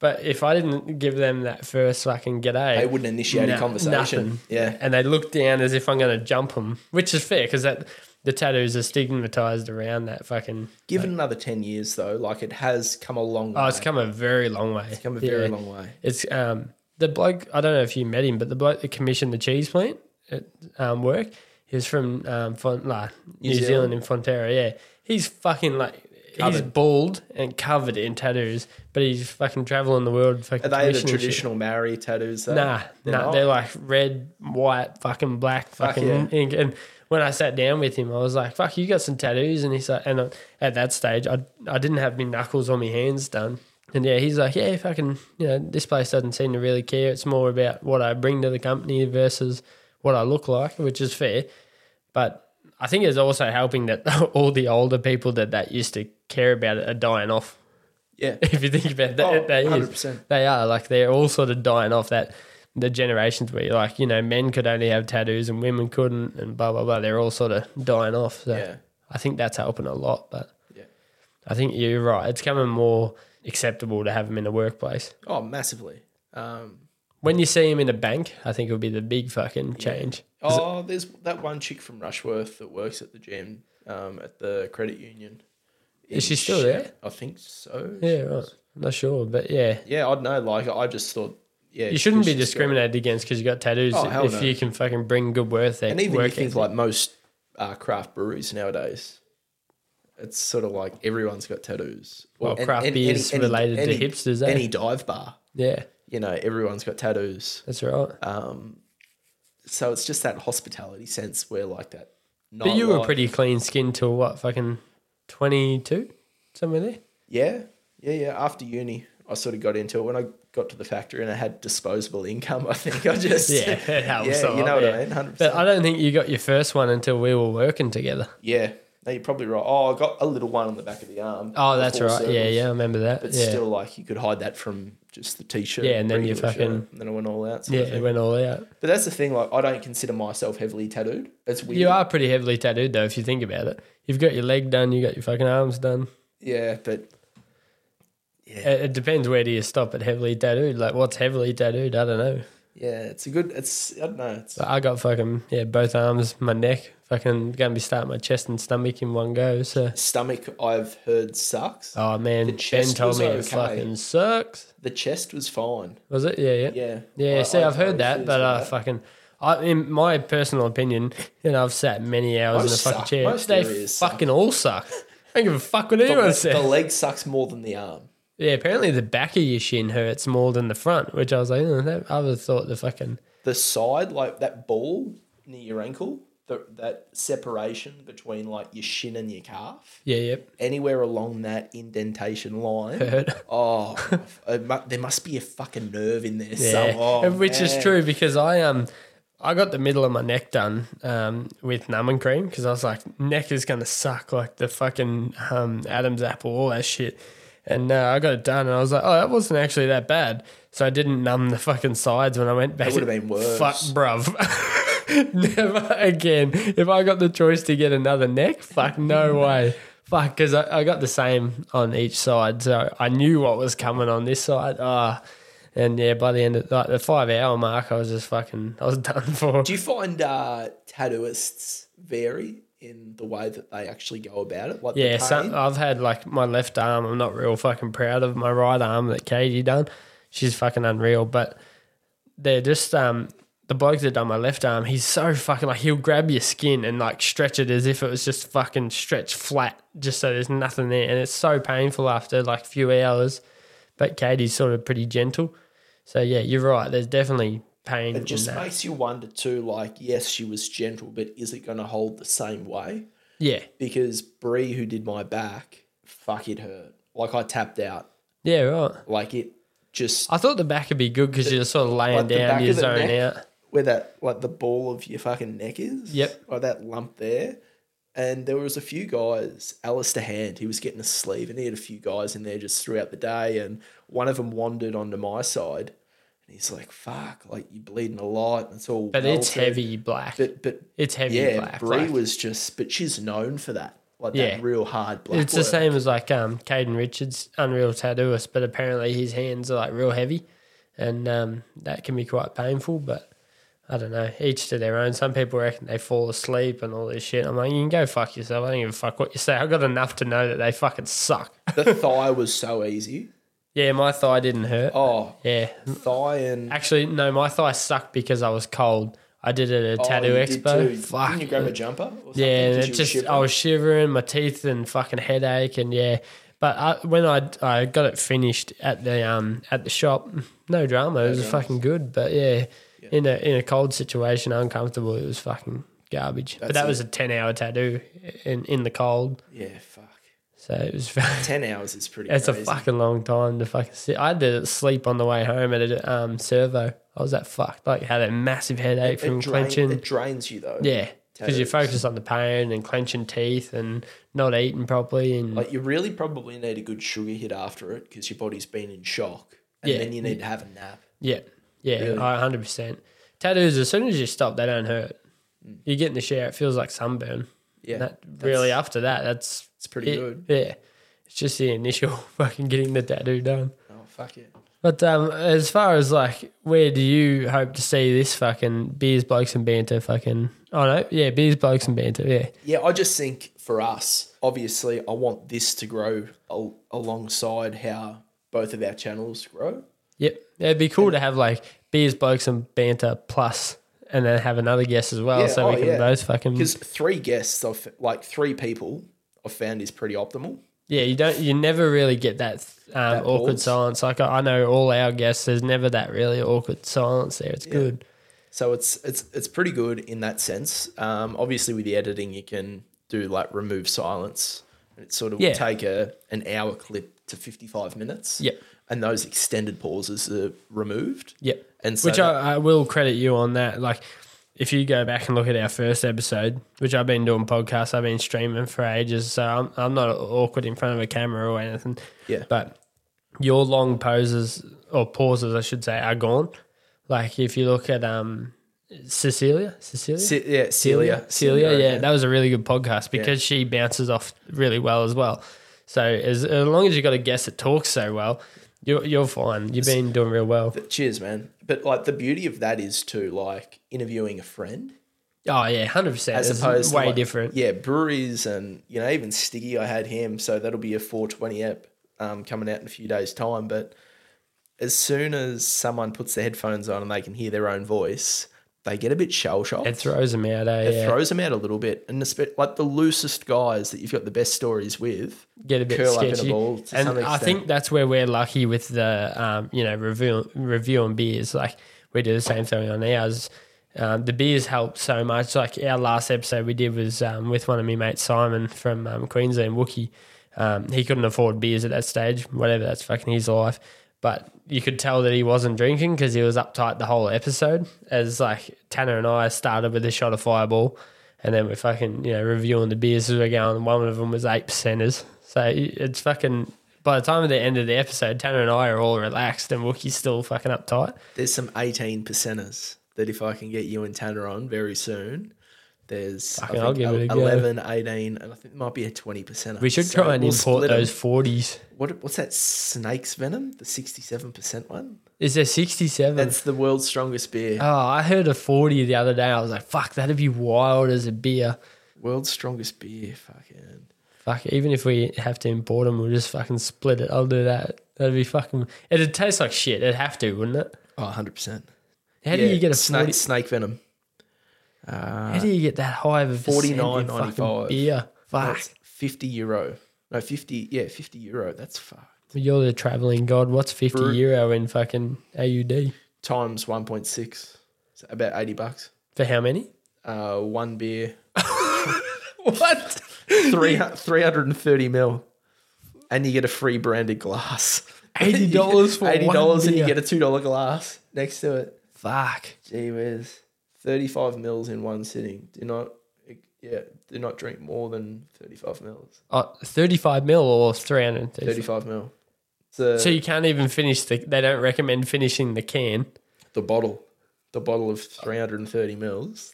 But if I didn't give them that first fucking "g'day,"
They wouldn't initiate a
no-
conversation.
nothing.
Yeah.
and they look down as if I'm going to jump them, which is fair because that the tattoos are stigmatized around that fucking.
Given another ten years though, like it has come a long way.
Oh, it's come a very long way.
come a very long way.
It's um the bloke, I don't know if you met him, but the bloke that commissioned the cheese plant at um, work, he was from um, Fon- nah, New,
New
Zealand. in Fonterra, yeah. He's fucking like, he's
Covered.
bald and covered in tattoos, but he's fucking traveling the world. Fucking
Are they the
commissioning shit.
traditional Maori tattoos? Though?
Nah,
They're
nah,
not?
they're like red, white, fucking black, fucking
yeah.
ink. And when I sat down with him, I was like, "Fuck, you got some tattoos?" And he's like, and uh, at that stage, I I didn't have my knuckles or my hands done. And yeah, he's like, "Yeah, fucking, you know, this place doesn't seem to really care. It's more about what I bring to the company versus what I look like, which is fair." But I think it's also helping that all the older people that that used to care about it are dying off
Yeah.
if you think about that,
Oh,
they, is.
100%.
they are like they're all sort of dying off that the generations where like you know men could only have tattoos and women couldn't and blah blah blah they're all sort of dying off so
Yeah.
i think that's helping a lot but
Yeah.
i think you're right it's becoming more acceptable to have them in the workplace
Oh, massively. Um,
when you see them in a bank i think it would be the big fucking change
oh, there's that one chick from Rushworth that works at the gym um, at the credit union.
Is she
In
still
Shep-
there?
I think so.
yeah right I'm not sure but yeah
Yeah, I'd know. Like, I just thought, yeah.
you shouldn't be
she's still-
discriminated against because you got tattoos
Oh, hell
if
no.
you can fucking bring good worth
And even you
work
think
ethic.
like most uh, craft breweries nowadays, it's sort of like everyone's got tattoos.
Well, craft beer's related to hipsters, eh?
Any dive bar,
yeah
you know, everyone's got tattoos.
that's right
Um, so it's just that hospitality sense where like that.
But you were
nightlife-
pretty clean skinned till what, fucking 22? Somewhere there?
Yeah, yeah, yeah. After uni, I sort of got into it when I got to the factory and I had disposable income. I think I just
Yeah, it helps
yeah,
a
you
lot,
know what
yeah.
I mean, hundred
But I
percent.
don't think you got your first one until we were working together.
Yeah, no, you're probably right. Oh, I got a little one on the back of the arm.
Oh, that's
Full
right. Yeah,
circles.
yeah, I remember that.
But
yeah.
still, like you could hide that from just the t-shirt.
Yeah, and then you
regular shirt,
fucking-
and then I went all out. sort
yeah,
of
it
thing.
went all out.
But that's the thing. Like, I don't consider myself heavily tattooed. It's weird.
You are pretty heavily tattooed though, if you think about it. You've got your leg done, you got your fucking arms done.
Yeah, but
It, it depends where do you stop at heavily tattooed. Like what's heavily tattooed? I don't know.
yeah, it's a good. It's I don't know. It's
But I got fucking yeah, both arms, my neck, fucking gonna be starting my chest and stomach in one go. So
stomach. I've heard sucks.
Oh man, Ben
chest
told
was
me it
okay.
fucking sucks.
The chest was fine.
Was it? Yeah, yeah.
Yeah.
Yeah,
I-
see,
I-
I've heard
I
that,
refuse
but uh,
to
I
that.
fucking, I, in my personal opinion, you know, I've sat many hours
Most
in a fucking
suck.
chair.
Most
they
areas suck.
fucking all suck. I don't give a fuck what anyone
the, the
says.
leg sucks more than the arm.
Yeah, apparently the back of your shin hurts more than the front, which I was like, oh, that, I would have thought the fucking
The side, like that ball near your ankle, the, that separation between like your shin and your calf,
yeah, yep,
anywhere along that indentation line.
hurt.
Oh, it mu- there must be a fucking nerve in there
Yeah,
somewhere. Oh,
which is true because I um I got the middle of my neck done um with numbing cream because I was like neck is gonna suck like the fucking um Adam's apple all that shit, and uh, I got it done and I was like oh that wasn't actually that bad so I didn't numb the fucking sides when I went back.
That would've been worse.
Fuck, bruv. Never again. If I got the choice to get another neck, fuck no way. Fuck, because I, I got the same on each side, so I knew what was coming on this side. Ah, and yeah, by the end of like the five hour mark, I was just fucking, I was done for.
Do you find uh, tattooists vary in the way that they actually go about it? Like the
Yeah,
pain?
some, I've had like my left arm. I'm not real fucking proud of my right arm that Katie done. She's fucking unreal. But they're just um the bloke that done my left arm. He's so fucking like he'll grab your skin and like stretch it as if it was just fucking stretched flat, just so there's nothing there. And it's so painful after like a few hours. But Katie's sort of pretty gentle. So yeah, you're right. There's definitely pain.
It just
in that.
makes you wonder too, like, yes, she was gentle, but is it going to hold the same way?
yeah,
Because Bree, who did my back, fuck it hurt. Like I tapped out.
yeah, right.
Like it just
I thought the back would be good because you're sort of laying
like the
down,
back
you
of the
zone
neck.
out.
where that like the ball of your fucking neck is.
Yep.
Or that lump there. And there was a few guys, Alistair Hand, he was getting a sleeve and he had a few guys in there just throughout the day. And one of them wandered onto my side and he's like, fuck, like you're bleeding a lot. And it's all
But it's
welted.
heavy black.
But but
It's heavy
yeah,
black.
Brie
like,
was just, but she's known for that, like
Yeah.
that real hard black.
it's the
work.
same as like um Caden Richards, unreal tattooist, but apparently his hands are like real heavy, and um that can be quite painful. But I don't know, each to their own. Some people reckon they fall asleep and all this shit. I'm like, you can go fuck yourself. I don't give a fuck what you say. I've got enough to know that they fucking suck.
The thigh was so easy.
Yeah, my thigh didn't hurt.
Oh,
Yeah.
thigh and
Actually, no, my thigh sucked because I was cold. I did it at a
oh,
tattoo
you did
expo.
too.
Fuck.
Didn't you grab a jumper? Or something?
Yeah, and
Did
it
you
just oh.
shiver?
I was shivering, my teeth and fucking headache, and yeah. But I, when I I got it finished at the um at the shop, no drama. it was
dramas.
fucking good, but yeah, in a in a cold situation, uncomfortable. It was fucking garbage. but
That's
that
it.
was a ten hour tattoo in in the cold,
yeah, fuck.
so it was.
Ten hours is pretty.
It's a
crazy.
fucking long time to fucking sit. I did sleep on the way home at a um, servo. I was that fucked. Like had a massive headache from
It, drain,
clenching.
it drains you though.
Yeah, because you
Tattoos.
focus on the pain and clenching teeth and not eating properly, and
Like you really probably need a good sugar hit after it because your body's been in shock, and
Yeah.
then you need to have a nap.
yeah, yeah,
Really?
I hundred percent. Tattoos, as soon as you stop, they don't hurt. You get in the shower, it feels like sunburn.
Mm. Yeah,
that
that's-
really after that, that's
It's pretty
it.
good.
Yeah, it's just the initial fucking getting the tattoo done.
Oh fuck it.
But um, as far as like, where do you hope to see this fucking beers, blokes, and banter? Fucking, oh no, yeah, beers, blokes, and banter. Yeah,
Yeah, I just think for us, obviously, I want this to grow al- alongside how both of our channels
Mm.
grow.
Yep. It'd be cool to have like beers, blokes, and banter plus, and then have another guest as well,
Yeah,
so we
oh,
can
yeah.
both fucking.
Because three guests, I've like three people, I've found is pretty optimal.
Yeah, you don't. You never really get that, um, awkward
pause.
silence. Like I, I know all our guests, there's never that really awkward silence there. It's good.
So it's it's it's pretty good in that sense. Um, obviously, with the editing, you can do like remove silence. It sort of
Yeah.
will take a an hour clip to fifty five minutes.
Yep.
and those extended pauses are removed.
Yep.
and so
which
that-
I, I will credit you on that. Like, if you go back and look at our first episode, which I've been doing podcasts, I've been streaming for ages, so I'm, I'm not awkward in front of a camera or anything.
Yeah.
But your long poses or pauses, I should say, are gone. Like if you look at um Cecilia, Cecilia,
Ce- yeah, Celia,
Celia, yeah,
okay.
that was a really good podcast because she bounces off really well as well. So as, as long as you got a guest that talks so well, you're you're fine. You've been doing real well.
But cheers, man. But like the beauty of that is too, like interviewing a friend
Oh yeah, hundred percent.
as opposed to,
way
like,
different.
Yeah, breweries and you know even Stiggy, I had him, so that'll be a four twenty ep um, coming out in a few days' time. But as soon as someone puts their headphones on and they can hear their own voice, they get a bit shell shocked.
It throws them out. Eh?
It
Yeah.
throws them out a little bit, and espe- like the loosest guys that you've got the best stories with,
get a bit
curl up in a
sketchy.
ball to
and
some
I
extent.
think that's where we're lucky with the um, you know review reviewing beers. Like we do the same thing on ours. Um, the beers help so much. Like our last episode we did was um, with one of my mates Simon from um, Queensland Wookie. Um, he couldn't afford beers at that stage. Whatever, that's fucking his life. But you could tell that he wasn't drinking because he was uptight the whole episode. As like Tanner and I started with a shot of Fireball, and then we're fucking you know reviewing the beers as we're going. One of them was eight percenters, so it's fucking. By the time of the end of the episode, Tanner and I are all relaxed, and Wookie's still fucking uptight.
there's some eighteen percenters that if I can get you and Tanner on very soon. There's I
Fucking I'll
think,
give it a go.
11, 18, and I think there might be a 20%.
We should try and import those forties.
What what's that snake's venom? The sixty seven percent one.
Is there sixty-seven?
That's the world's strongest beer.
Oh, I heard a forty the other day. I was like, "Fuck, that'd be wild as a beer."
world's strongest beer. Fucking.
Fuck, even if we have to import them, we'll just fucking split it. I'll do that. That'd be fucking. It'd taste like shit. It'd have to, wouldn't it?
Oh, 100 percent.
How do you get a
snake?
forty?
Snake venom.
How do you get that high of a percent in
49.95.
fucking beer? Fuck.
That's fifty euro. No, fifty. Yeah, fifty euro. That's fuck.
You're the traveling god. What's 50
Bru-
euro in fucking AUD?
Times one point six. So about eighty bucks.
For how many?
Uh, one beer.
What?
Three three hundred and thirty mil. And you get a free branded glass.
$80 for
eighty
one
dollars, and you
beer.
get a two dollar glass next to it.
Fuck.
Gee whiz, thirty-five mils in one sitting. Do not, yeah, do not drink more than thirty-five mils.
Oh, 35 mil or 330.
Thirty-five mil. It's uh, a,
So you can't even finish the. They don't recommend finishing the can.
the bottle, the bottle of three hundred and thirty mils.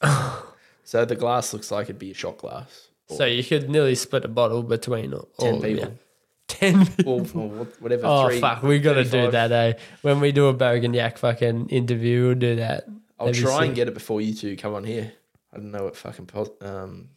so the glass looks like it'd be a shot glass. Or
So you could nearly split a bottle between all
ten
all of you.
people,
10 people.
or, or what- whatever.
Oh,
three-
fuck. we got to do
35.
that, eh? When we do a Bogan Yak fucking interview, we'll do that.
I'll
That'd be
try and
sick.
get it before you two come on here. I don't know what fucking pos- um.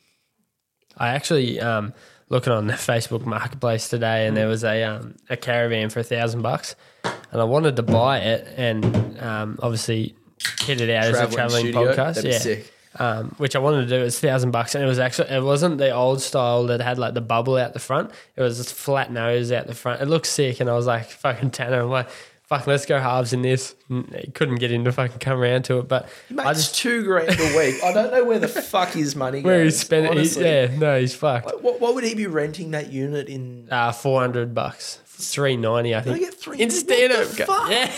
I actually um, looking on the Facebook Marketplace today, and there was a um, a caravan for a thousand bucks, and I wanted to buy it, and um, obviously hit it out as a traveling
studio,
podcast.
That'd be
yeah.
sick.
Um, which I wanted to do. It was thousand bucks, and it was actually it wasn't the old style that had like the bubble out the front. It was this flat nose out the front. It looked sick, and I was like, "Fucking Tanner, I'm like, fucking let's go halves in this." N- Couldn't get him to fucking come around to it, but
He makes
I just
two grand a week. I don't know where the fuck his money goes.
where he spent it. He's,
honestly.
yeah, no, he's fucked.
Like, what, what would he be renting that unit in?
Uh, four hundred bucks, three ninety, I think.
I get three-
in
what
stand
the
up.
fuck?
Yeah,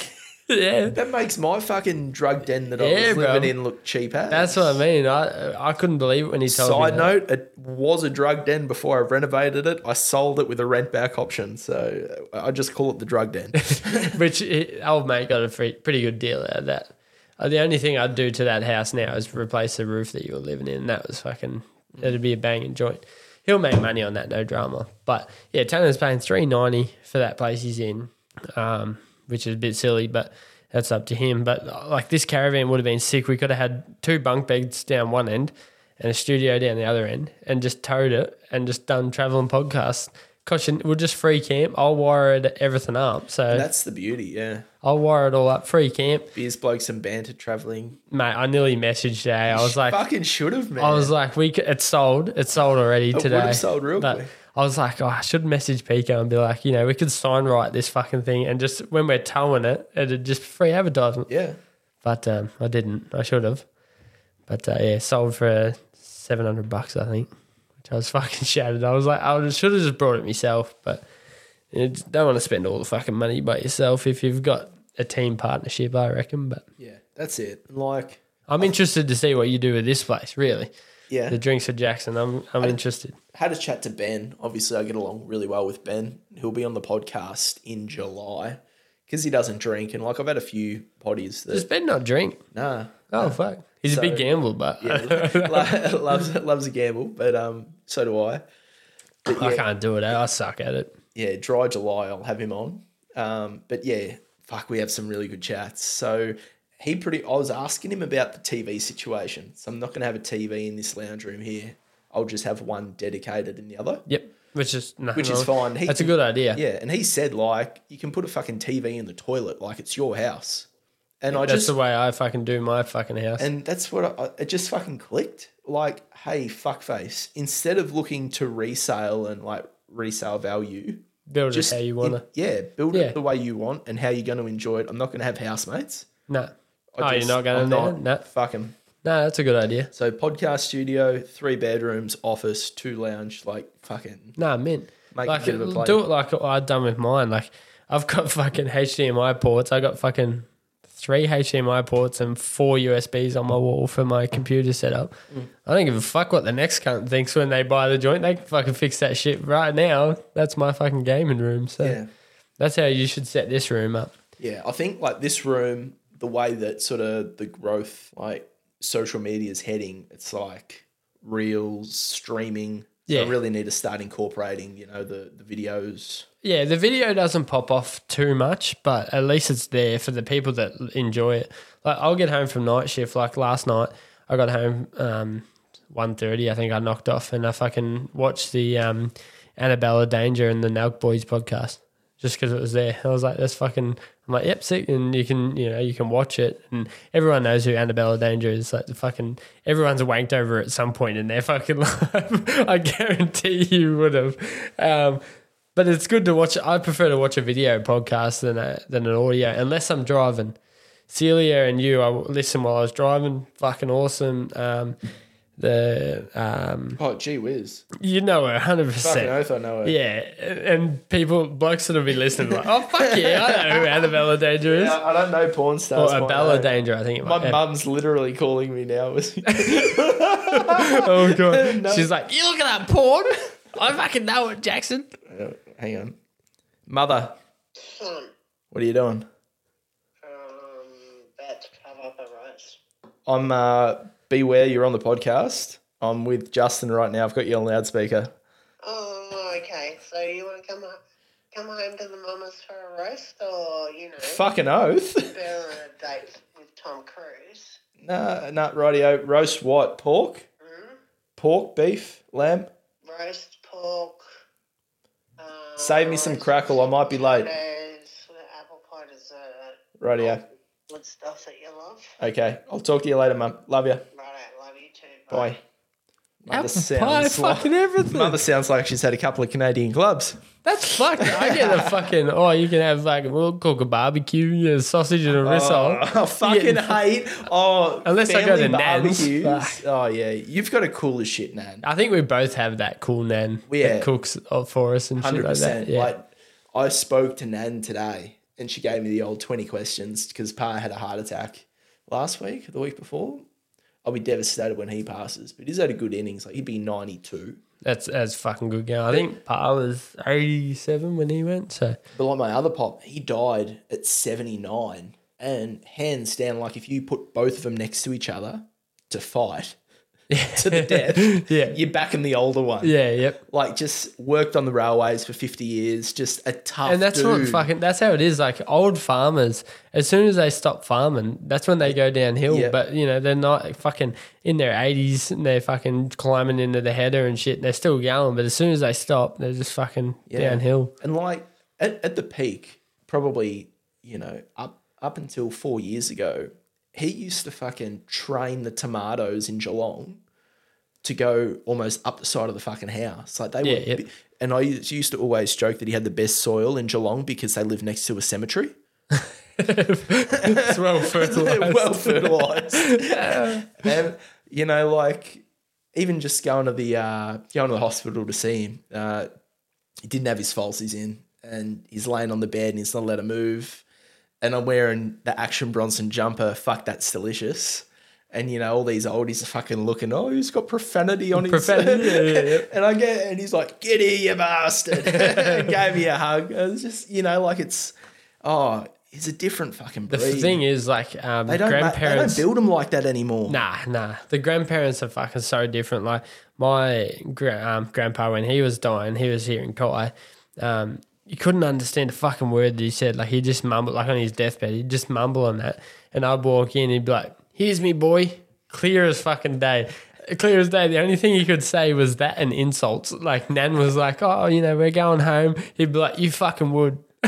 yeah.
That makes my fucking drug den that I
Yeah,
was living
bro.
in look cheap as.
That's what I mean. I I couldn't believe it when he told me.
Side
that.
note, it was a drug den before I renovated it. I sold it with a rent back option. So uh, I just call it the drug den.
Which eh, old mate got a free, pretty good deal out of that. Uh, the only thing I'd do to that house now is replace the roof that you were living in. That was fucking. It'd be a banging joint. He'll make money on that, no drama. But yeah, Tanner's paying three ninety for that place he's in, um, which is a bit silly, but that's up to him. But uh, like this caravan would have been sick. We could have had two bunk beds down one end and a studio down the other end, and just towed it and just done traveling podcasts. Caution, we'll just free camp. I'll wire it, everything up. So
That's the beauty, yeah.
I'll wire it all up. Free camp,
Beers, blokes, and banter traveling.
mate. I nearly messaged today. I was like,
Fucking should have, man.
I was like, we c- it's sold. It's sold already
would
today.
have sold real
But
quick.
I was like, oh, I should message Pico and be like, you know, we could sign write this fucking thing and just when we're towing it, it'd just be free advertisement.
yeah.
But um, I didn't. I should have. But uh, yeah, sold for seven hundred bucks, I think. Which I was fucking shattered. I was like, I should have just brought it myself, but you don't want to spend all the fucking money by yourself if you've got a team partnership, I reckon. But
Yeah. That's it. Like,
I'm interested to see what you do with this place, really.
yeah.
The drinks at Jackson. I'm I'm interested.
had a chat to Ben. Obviously, I get along really well with Ben. He'll be on the podcast in July because he doesn't drink. And like, I've had a few potties that
Does Ben not drink?
nah,
Oh fuck. He's a
So-
big gambler, but
yeah, lo- loves loves a gamble, but um, so do I. But
I
yeah,
can't do it. eh? I suck at it.
yeah, dry July, I'll have him on. Um, but yeah, fuck, we have some really good chats. So he pretty. I was asking him about the TV situation. So I'm not gonna have a TV in this lounge room here. I'll just have one dedicated and the other.
Yep. Which is nothing
Which is
wrong.
fine. He
That's a
can-
good idea.
Yeah, and he said like you can put a fucking TV in the toilet, like it's your house. And I
That's
just
the way I fucking do my fucking house.
and that's what I, I- it just fucking clicked. Like, hey, fuckface, instead of looking to resale and like resale value,
Build
just
it how you want
in-
to.
yeah, build
Yeah.
it the way you want and how you're going to enjoy it. I'm not going to have housemates.
No. oh,
I just-
you're not going
I'm
there?
not.
No.
Fuck 'em.
No, that's a good idea.
So podcast studio, three bedrooms, office, two lounge, like fucking.
No, mint.
Make a
like,
bit of a play.
do it like I've done with mine. Like, I've got fucking HDMI ports. I got fucking three HDMI ports and four USBs on my wall for my computer setup. I don't give a fuck what the next cunt thinks when they buy the joint. They can fucking fix that shit right now. That's my fucking gaming room. So
Yeah.
that's how you should set this room up.
Yeah, I think like this room, the way that sort of the growth, like social media is heading, it's like reels, streaming. Yeah.
Yeah.
I really need to start incorporating, you know, the, the videos.
Yeah, the video doesn't pop off too much, but at least it's there for the people that l- enjoy it. Like I'll get home from night shift. Like last night, I got home um, one thirty. I think I knocked off, and I fucking watched the um, Annabella Danger and the Nelk Boys podcast just because it was there. I was like, "That's fucking." I'm like, "Yep, sick." And you can, you know, you can watch it, and everyone knows who Annabella Danger is. Like the fucking everyone's wanked over at some point in their fucking life. I guarantee you would have. Um, but it's good to watch. I prefer to watch a video podcast than a, than an audio, unless I'm driving. Celia and you, I listened while I was driving. Fucking awesome. Um, the um,
Oh, gee whiz.
you know her hundred
Fucking
percent.
oath, I know it.
Yeah, and people blokes that'll be listening like, oh fuck yeah, I know who Annabella Danger is.
I, I don't know porn stars.
Or
by
Abella
name.
Danger, I think it might
My mum's literally calling me now.
Oh god.
No.
She's like, You look at that porn? I fucking know it, Jackson.
Hang on. Mother,
Um,
what are you doing?
about to cover up a rice.
I'm uh, Beware, you're on the podcast. I'm with Justin right now. I've got you on loudspeaker.
Oh, okay. So you want to come up, come home to the mamas for a roast, or you know,
Fucking oath.
bear on a date with Tom Cruise?
Nah, nah, rightio. Roast what? Pork?
Hmm?
Pork, beef, lamb?
Roast pork. Um,
Save me some crackle, I might be late.
potatoes, Apple pie dessert.
Rightio.
Good stuff that you love.
Okay. I'll talk to you later, Mum. Love you.
Right, love you too.
Bye. Mother
Apple pie,
sounds like-
fucking everything.
Mother sounds like she's had a couple of Canadian clubs.
That's fucked. I get a fucking. Oh, you can have like we'll cook a barbecue, you know, sausage and a
Oh,
rissole.
I fucking
Yeah.
hate. Oh,
Unless I go
family
to Nan's.
barbecues.
Fuck.
Oh yeah, you've got a cool as shit nan.
I think we both have that cool nan
Yeah.
that cooks uh, for us and shit
Hundred
like that.
percent.
Yeah.
Like I spoke to Nan today, and she gave me the old twenty questions because Pa had a heart attack last week, or the week before. I'll be devastated when he passes, but he's had a good innings. Like he'd be ninety two.
that's that's fucking good going. I think Pa was eighty seven when he went. So
But like my other pop, he died at 79. And hands down, like if you put both of them next to each other to fight to the death,
Yeah.
you're backing the older one.
yeah, yep.
Like just worked on the railways for 50 years, just a tough
And that's what
dude.
fucking that's how it is. Like old farmers, as soon as they stop farming, that's when they go downhill.
Yeah.
But you know they're not fucking in their eighties and they're fucking climbing into the header and shit. And they're still going, but as soon as they stop, they're just fucking downhill.
And like at, at the peak, probably, you know, up up until four years ago, he used to fucking train the tomatoes in Geelong to go almost up the side of the fucking house. Like they
Yeah,
were
yeah.
and I used used to always joke that he had the best soil in Geelong because they live next to a cemetery.
It's well fertilized.
well fertilized. and you know, like even just going to the uh, going to the hospital to see him, uh, he didn't have his falsies in, and he's laying on the bed and he's not allowed to move. And I'm wearing the Action Bronson jumper. Fuck, that's delicious. And you know, all these oldies are fucking looking. Oh, he's got profanity on
Profanity,
his.
yeah, yeah, yeah.
and I get, and he's like, "Get here, you bastard!" and gave me a hug. It was just, you know, like it's, oh, he's a different fucking breed.
The thing is, like, um,
They don't, ma- they don't
grandparents.
build them like that anymore.
Nah, nah. The grandparents are fucking so different. Like my gra- um, grandpa, when he was dying, he was here in Kai. Um, you couldn't understand a fucking word that he said. Like he just mumbled, like on his deathbed, he'd just mumble on that. And I'd walk in, he'd be like, "Here's me boy," clear as fucking day. Clear as day. The only thing he could say was that and insults. Like Nan was like, "Oh, you know, we're going home." He'd be like, "You fucking would."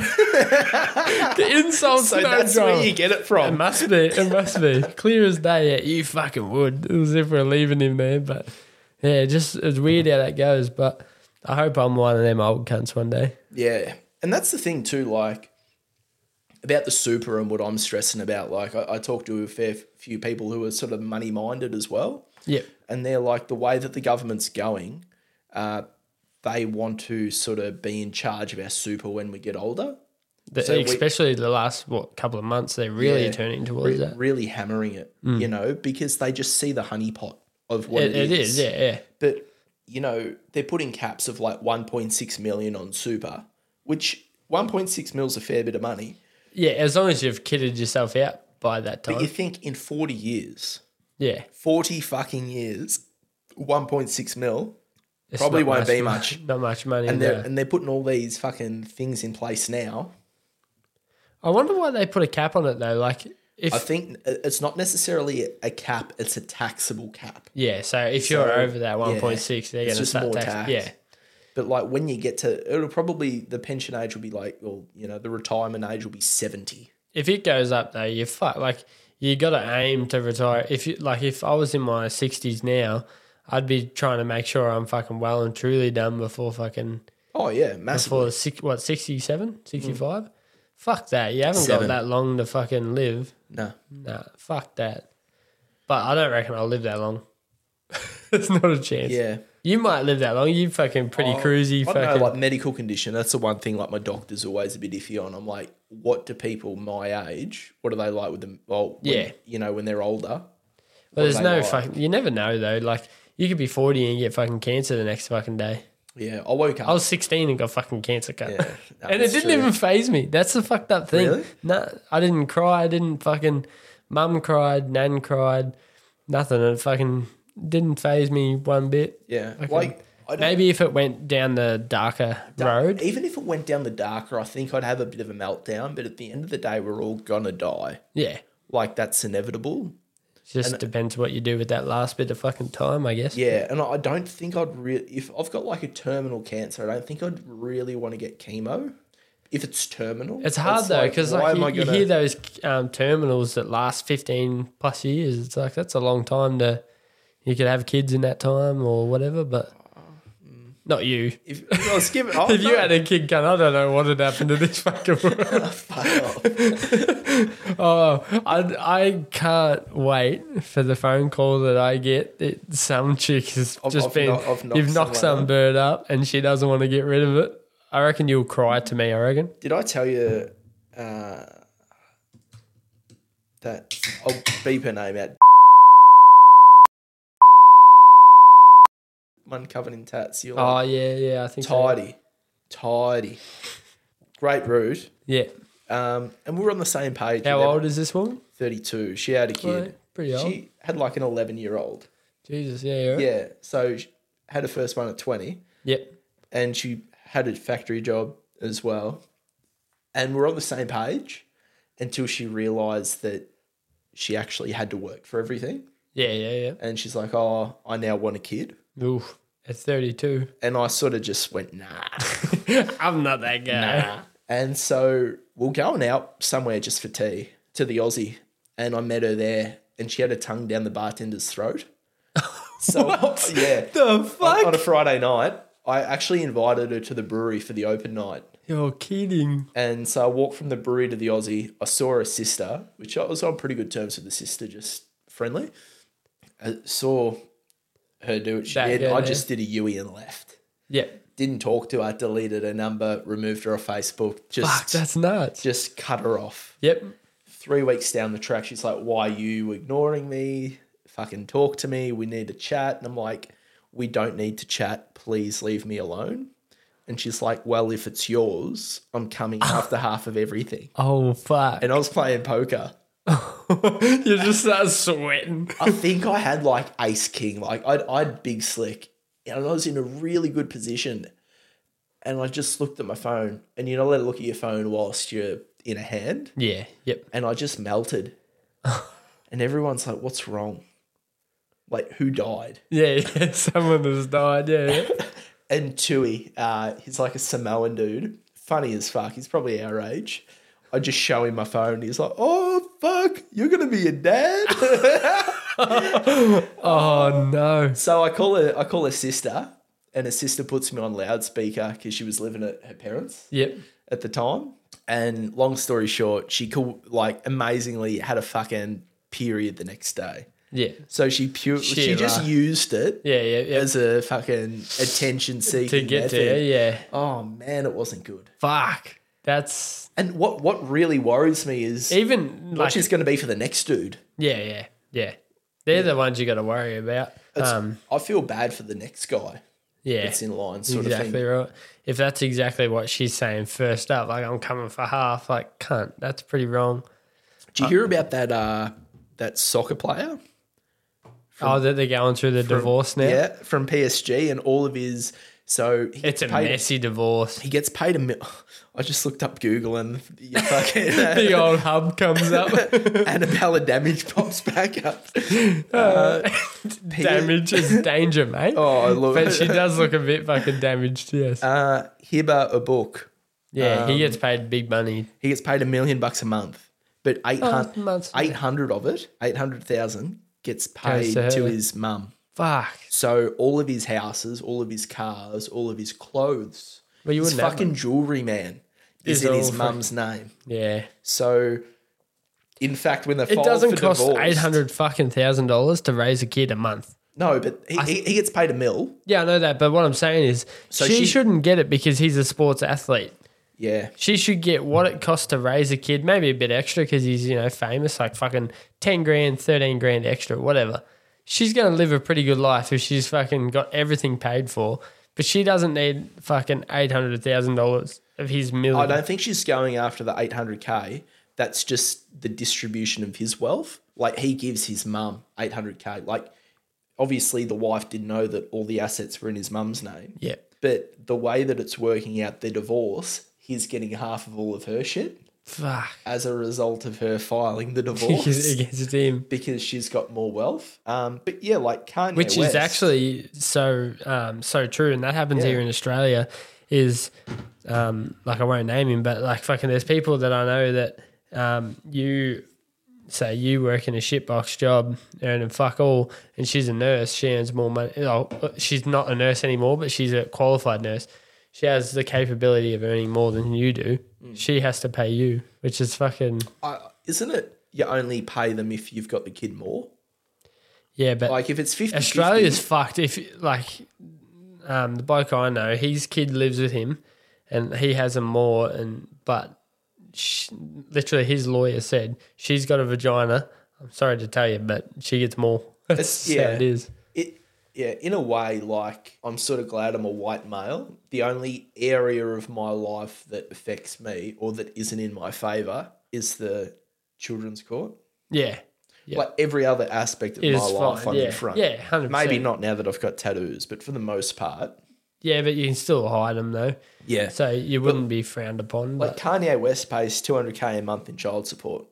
the insults.
So
no
that's
drama.
where you get it
It
from.
must be. It must be. Clear as day. Yeah, you fucking would. It was if we're leaving him there, but yeah, just it's weird how that goes. But I hope I'm one of them old cunts one day.
Yeah. And that's the thing, too, like about the super and what I'm stressing about. Like, I, I talk to a fair few people who are sort of money minded as well.
Yep.
And they're like, the way that the government's going, uh, they want to sort of be in charge of our super when we get older.
The-
So we-
especially the last what couple of months, they're really
Yeah.
turning
Re-
towards that. Mm.
really hammering it, you know, because they just see the honeypot of what
It, it is. Yeah. Yeah.
But you know, they're putting caps of like 1.6 million on super, which 1.6 mil's a fair bit of money.
Yeah. As long as you've kitted yourself out by that
But
time.
you think in 40 years,
Yeah.
40 fucking years, 1.6 mil,
It's
Probably
not
won't be much.
Not much money.
and
no.
they're and they're putting all these fucking things in place now.
I wonder why they put a cap on it though. Like if
I think it's not necessarily a cap; it's a taxable cap.
yeah, so if you're
So,
over that 1.6, they're
It's
going to
just
start
more
tax.
tax.
Yeah.
But like when you get to, it'll probably the pension age will be like, well, you know, the retirement age will be 70.
if it goes up though, you fuck like you got to aim to retire. If you like, if I was in my sixties now, I'd be trying to make sure I'm fucking well and truly done before fucking
Oh yeah, massive.
before six, what 67, 65? Fuck that. You haven't
Seven.
got that long to fucking live.
No,
Nah, fuck that. But I don't reckon I'll live that long. It's not a chance.
yeah. Oh,
You might live that long. You fucking pretty cruisy.
I don't
Fucking
know, like medical condition. That's the one thing. Like my doctor's always a bit iffy on. I'm like, what do people my age? What are they like with them? Well, when-
Yeah.
you know, when they're older.
but there's
they
no
like.
fucking. You never know though. Like you could be forty and get fucking cancer the next fucking day.
Yeah, I woke up.
I was 16 and got fucking cancer cut.
Yeah, no,
and it
that's
didn't
true.
even phase me. That's the fucked up thing.
Really?
No, I didn't cry. I didn't fucking. Mum cried. Nan cried. Nothing. It fucking didn't phase me one bit.
yeah,
Fucking-
like I don't,
Maybe if it went down the darker road.
even if it went down the darker, I think I'd have a bit of a meltdown. But at the end of the day, we're all gonna die.
Yeah.
Like that's inevitable.
Just depends what you do with that last bit of fucking time, I guess.
Yeah, and I don't think I'd really. If I've got like a terminal cancer, I don't think I'd really want to get chemo. If it's terminal,
It's hard though, 'cause though, because
why
like,
am I
you, you
gonna-
hear those um, terminals that last fifteen plus years. It's like that's a long time to. You could have kids in that time or whatever, but not you.
If, if I was given, Mm. oh,
If you
no.
had a kid gun, I don't know what had happened to this fucking world.
Fuck off.
Oh, I, I can't wait for the phone call that I get. That some chick has
I've-
just
I've
been,
knock- I've knocked
you've knocked
someone
some
up.
bird up and she doesn't want to get rid of it. I reckon you'll cry to me, I reckon.
Did I tell you uh, that I'll beep her name out? One covered in tats. You're
Oh,
like,
yeah, yeah, I think so.
tidy, tidy. Great rude.
Yeah.
Um, and we were on the same page.
How
with
old is this woman?
32. She had a kid.
Alright, pretty old.
She had like an 11 year old.
Jesus, yeah, you're right.
Yeah. So she had her first one at 20
Yep.
and she had a factory job as well. And we're on the same page until she realized that she actually had to work for everything.
Yeah, yeah,
And she's like, Oh, I now want a kid.
yeah. Oof. At 32.
And I sort of just went, Nah.
I'm not that guy.
and so we're going out somewhere just for tea to the Aussie. And I met her there and she had her tongue down the bartender's throat. So, yeah.
The
on, on
fuck?
a Friday night, I actually invited her to the brewery for the open night.
You're kidding.
And so I walked from the brewery to the Aussie. I saw her sister, which I was on pretty good terms with the sister, just friendly. I saw her do what she
That
did.
girl,
I
yeah.
just did a Yui and left.
Yep.
Didn't talk to her, deleted her number, removed her off Facebook,
Fuck,
just,
that's nuts.
just cut her off.
Yep.
Three weeks down the track, she's like, Why are you ignoring me? Fucking talk to me. We need to chat. And I'm like, We don't need to chat. Please leave me alone. And she's like, Well, if it's yours, I'm coming after half of everything
Oh, fuck.
and I was playing poker.
you just start sweating.
I think I had like ace king, like I'd, I'd big slick, and I was in a really good position. And I just looked at my phone, and you're not allowed to look at your phone whilst you're in a hand.
Yeah. Yep.
And I just melted. and everyone's like, What's wrong? Like, who died?
Yeah. yeah. Someone has died. Yeah. yeah.
and Tui, uh, he's like a Samoan dude, funny as fuck. He's probably our age. I just show him my phone. He's like, "Oh fuck, you're gonna be a dad."
Oh no.
so I call her. I call her sister, and her sister puts me on loudspeaker because she was living at her parents
Yep.
at the time. And long story short, she cool, like amazingly had a fucking period the next day.
Yeah.
So she pure, she
Shit,
just
right.
used it
Yeah. Yeah. Yeah.
as a fucking attention seeking
to get
method.
there. Yeah.
Oh man, it wasn't good.
Fuck. That's
And what what really worries me is
even
what
like.
she's going to be for the next dude.
yeah. Yeah. Yeah. They're the ones you got to worry about.
It's-
Um.
I feel bad for the next guy
Yeah.
that's in line, sort of
exactly
thing.
right. If that's exactly what she's saying first up, like I'm coming for half, like cunt. That's pretty wrong.
Do you hear about that uh, that soccer player?
oh, that they're going through the divorce now.
Yeah, from PSG and all of his. So he
It's a
paid,
messy divorce.
He gets paid a mil. I just looked up Google and you fucking uh,
the old hub comes up.
Annabella damage pops back up.
Uh, damage is danger, mate.
Oh, I love
But she
it.
does look a bit fucking damaged, yes.
Uh, um, Hiba a book.
yeah, he gets paid big money.
He gets paid a million bucks a month, but eight
it's Oh, months.
eight hundred of it, eight hundred thousand gets
Goes
paid
to her.
to his mum.
Fuck.
So all of his houses, all of his cars, all of his clothes,
Well, you
his
wouldn't have
fucking jewelry man is
Is
in
all
his
fuck-
mum's name.
Yeah.
So, in fact, when the
It doesn't cost eight hundred fucking thousand dollars to raise a kid a month.
No, but he, he, he gets paid a mil.
Yeah, I know that, but what I'm saying is she,
she-
shouldn't get it because he's a sports athlete.
Yeah,
She should get what it costs to raise a kid, maybe a bit extra because he's, you know, famous, like fucking 10 grand, 13 grand extra, whatever. She's going to live a pretty good life if she's fucking got everything paid for, but she doesn't need fucking $800,000 of his
I
million.
don't think she's going after the eight hundred k. That's just the distribution of his wealth. Like he gives his mum eight hundred k. Like obviously, the wife didn't know that all the assets were in his mum's name.
yeah.
But the way that it's working out, their divorce, he's getting half of all of her shit.
Fuck.
as a result of her filing the
Against,
divorce
against him.
because she's got more wealth. Um, but yeah, like Kanye,
Which
West-
is actually so um, so true, and that happens
Yeah.
here in Australia. Is um, like I won't name him, but like fucking, there's people that I know that um, you say you work in a shitbox job earning fuck all, and she's a nurse. She earns more money. Oh, she's not a nurse anymore, but she's a qualified nurse. She has the capability of earning more than you do. She has to pay you, which is fucking
I- isn't it? You only pay them if you've got the kid more.
yeah. But
Like if it's 50
Australia's fucked. If like um, the bloke I know, his kid lives with him, and he has a more. And but sh literally, his lawyer said she's got a vagina. I'm sorry to tell you, but she gets more. That's
yeah.
yeah. how it is.
it yeah in a way like i'm sort of glad i'm a white male the only area of my life that affects me or that isn't in my favor is the children's court
Yeah, Yeah.
like every other aspect of
it
my
is
life
fine.
i'm
Yeah,
in front
yeah, 100%.
maybe not now that i've got tattoos but for the most part
Yeah, but you can still hide them though,
yeah
so you wouldn't be frowned upon.
like
But
kanye west pays 200k a month in child support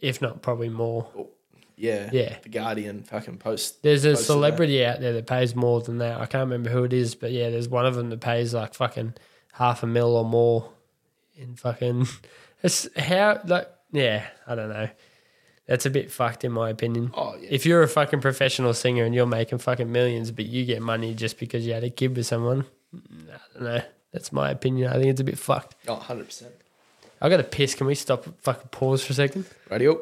if not, probably more.
yeah
Yeah.
the guardian fucking post
There's a
posted that.
celebrity out there that pays more than that. I can't remember who it is, but yeah, there's one of them that pays like fucking half a mil or more in fucking. It's how like yeah, I don't know. That's a bit fucked in my opinion.
oh yeah
If you're a fucking professional singer and you're making fucking millions, but you get money just because you had a kid with someone, mm, I don't know. That's my opinion. I think it's a bit fucked.
oh 100%
I got to piss. Can we stop? Fucking pause for a second.
radio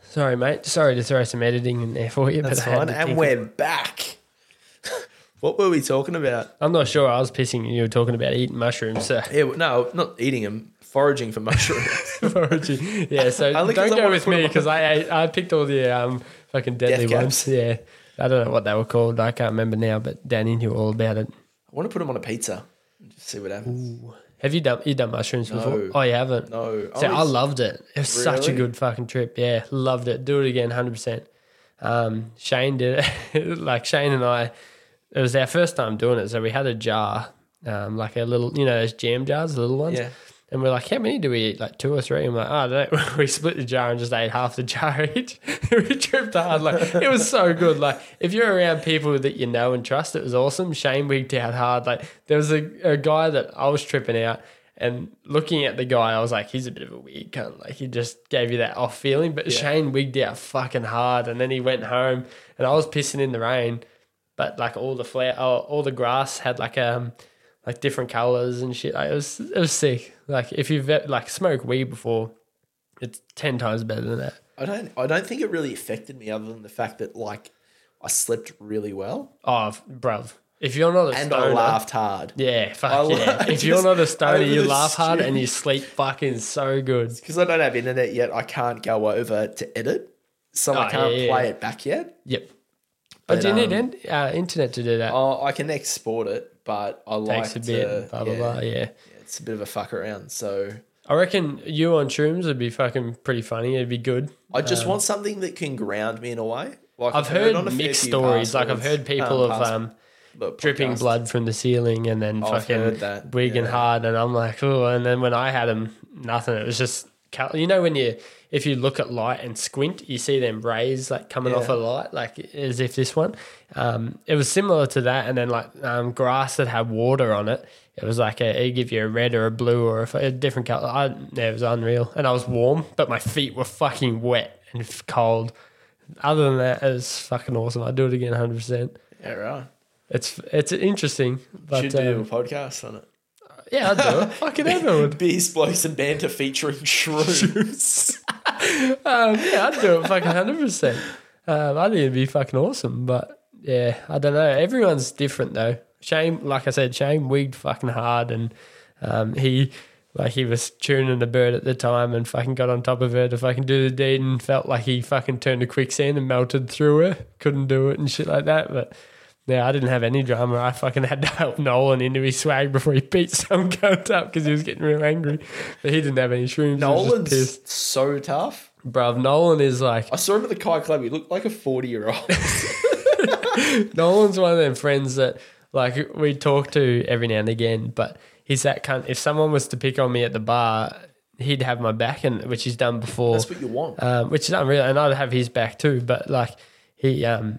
Sorry, mate. Sorry to throw some editing in there for you.
that's
but I had
fine
to
and
think
we're back what were we talking about
I'm not sure. I was pissing and you were talking about eating mushrooms. So.
Yeah, well, no, not eating them, foraging for mushrooms.
Origin. yeah, so
Only 'cause
don't
I
go
wanna
with
put
me
them on-
because I ate- I picked all the um, fucking deadly
Death
ones.
caps.
Yeah, I don't know what they were called. I can't remember now, but Dan knew all about it.
I want to put them on a pizza and just see what happens.
Have you done you done mushrooms before?
No.
Oh, you haven't.
No,
So I
always-
loved it. It was such a
Really?
good fucking trip. Yeah, loved it. Do it again, hundred percent. Um, Shane did it. like Shane and I, it was our first time doing it. So we had a jar, um, like a little, you know, those jam jars, the little ones.
Yeah.
And we're like, how many do we eat? Like two or three? I'm like, oh, I don't know. We split the jar and just ate half the jar each. we tripped hard. Like, it was so good. Like, if you're around people that you know and trust, it was awesome. Shane wigged out hard. Like, there was a, a guy that I was tripping out and looking at the guy, I was like, he's a bit of a weird cunt. Like, he just gave you that off feeling. But Shane wigged out fucking hard. And then he went home and I was pissing in the rain. But like all the flower, oh, all the grass had like um, like different colors and shit. Like, it was it was sick. Like if you've e- like smoked weed before, it's ten times better than that.
I don't. I don't think it really affected me, other than the fact that like I slept really well
Oh, f- bruv, if you're not a
and
stoner,
I laughed hard
yeah, fuck
I la-
yeah.
I
if you're
just-
not a stoner,
over
you
the
laugh hard
stew.
and you sleep fucking so good.
because I don't have internet yet. I can't go over to edit, so
Oh,
I can't
yeah, yeah,
play
yeah.
it back yet.
Yep. But,
But,
do you need
um,
in, uh, internet to do that?
Oh, I can export it, but I like
Takes a bit.
to-
blah blah
yeah,
blah. Yeah.
yeah, it's a bit of a fuck around. So
I reckon you on shrooms would be fucking pretty funny. It'd be good.
I just want something that can ground me in a way. Like
Um, I've heard,
on a fair
mixed
few
stories. Like I've
passwords,
heard people of
pass-
um,
look,
dripping
podcasts.
blood from the ceiling and then
Oh, I've heard
fucking
that,
wigging
yeah.
hard. And I'm like, oh. And then when I had them, nothing. It was just, cal- you know, when you, if you look at light and squint, you see them rays like coming off a
Yeah.
light, like as if this one. Um, it was similar to that. And then like um, grass that had water on it, it was like a, it give you a red or a blue or a, f- a different color. I, yeah, it was unreal. And I was warm, but my feet were fucking wet and f- cold. Other than that, it was fucking awesome. I'd do it again 100%.
Yeah, right.
It's it's interesting, but
Should do a
um,
podcast on it.
yeah, I'd do it. Fucking everyone.
Beers, blokes, and banter featuring shrooms.
Um, yeah, I'd do it. Fucking hundred percent. Um, I think it'd be fucking awesome, but yeah, I don't know. Everyone's different though. Shane, like I said, Shane wigged fucking hard, and um, he like he was tuning the bird at the time, and fucking got on top of her to fucking do the deed, and felt like he fucking turned to quicksand and melted through her. Couldn't do it and shit like that, but. Yeah, I didn't have any drama. I fucking had to help Nolan into his swag before he beat some cunt up because he was getting real angry. But he didn't have any shrooms. Nolan's, pissed.
Nolan's so tough.
bruv. Nolan is like
I saw him at the Kai Club. He looked like a 40 year old.
Nolan's one of them friends that like we talk to every now and again, but he's that cunt. If someone was to pick on me at the bar, he'd have my back, and which he's done before.
That's what you want.
um, which is unreal. And I'd have his back too, but like he, um,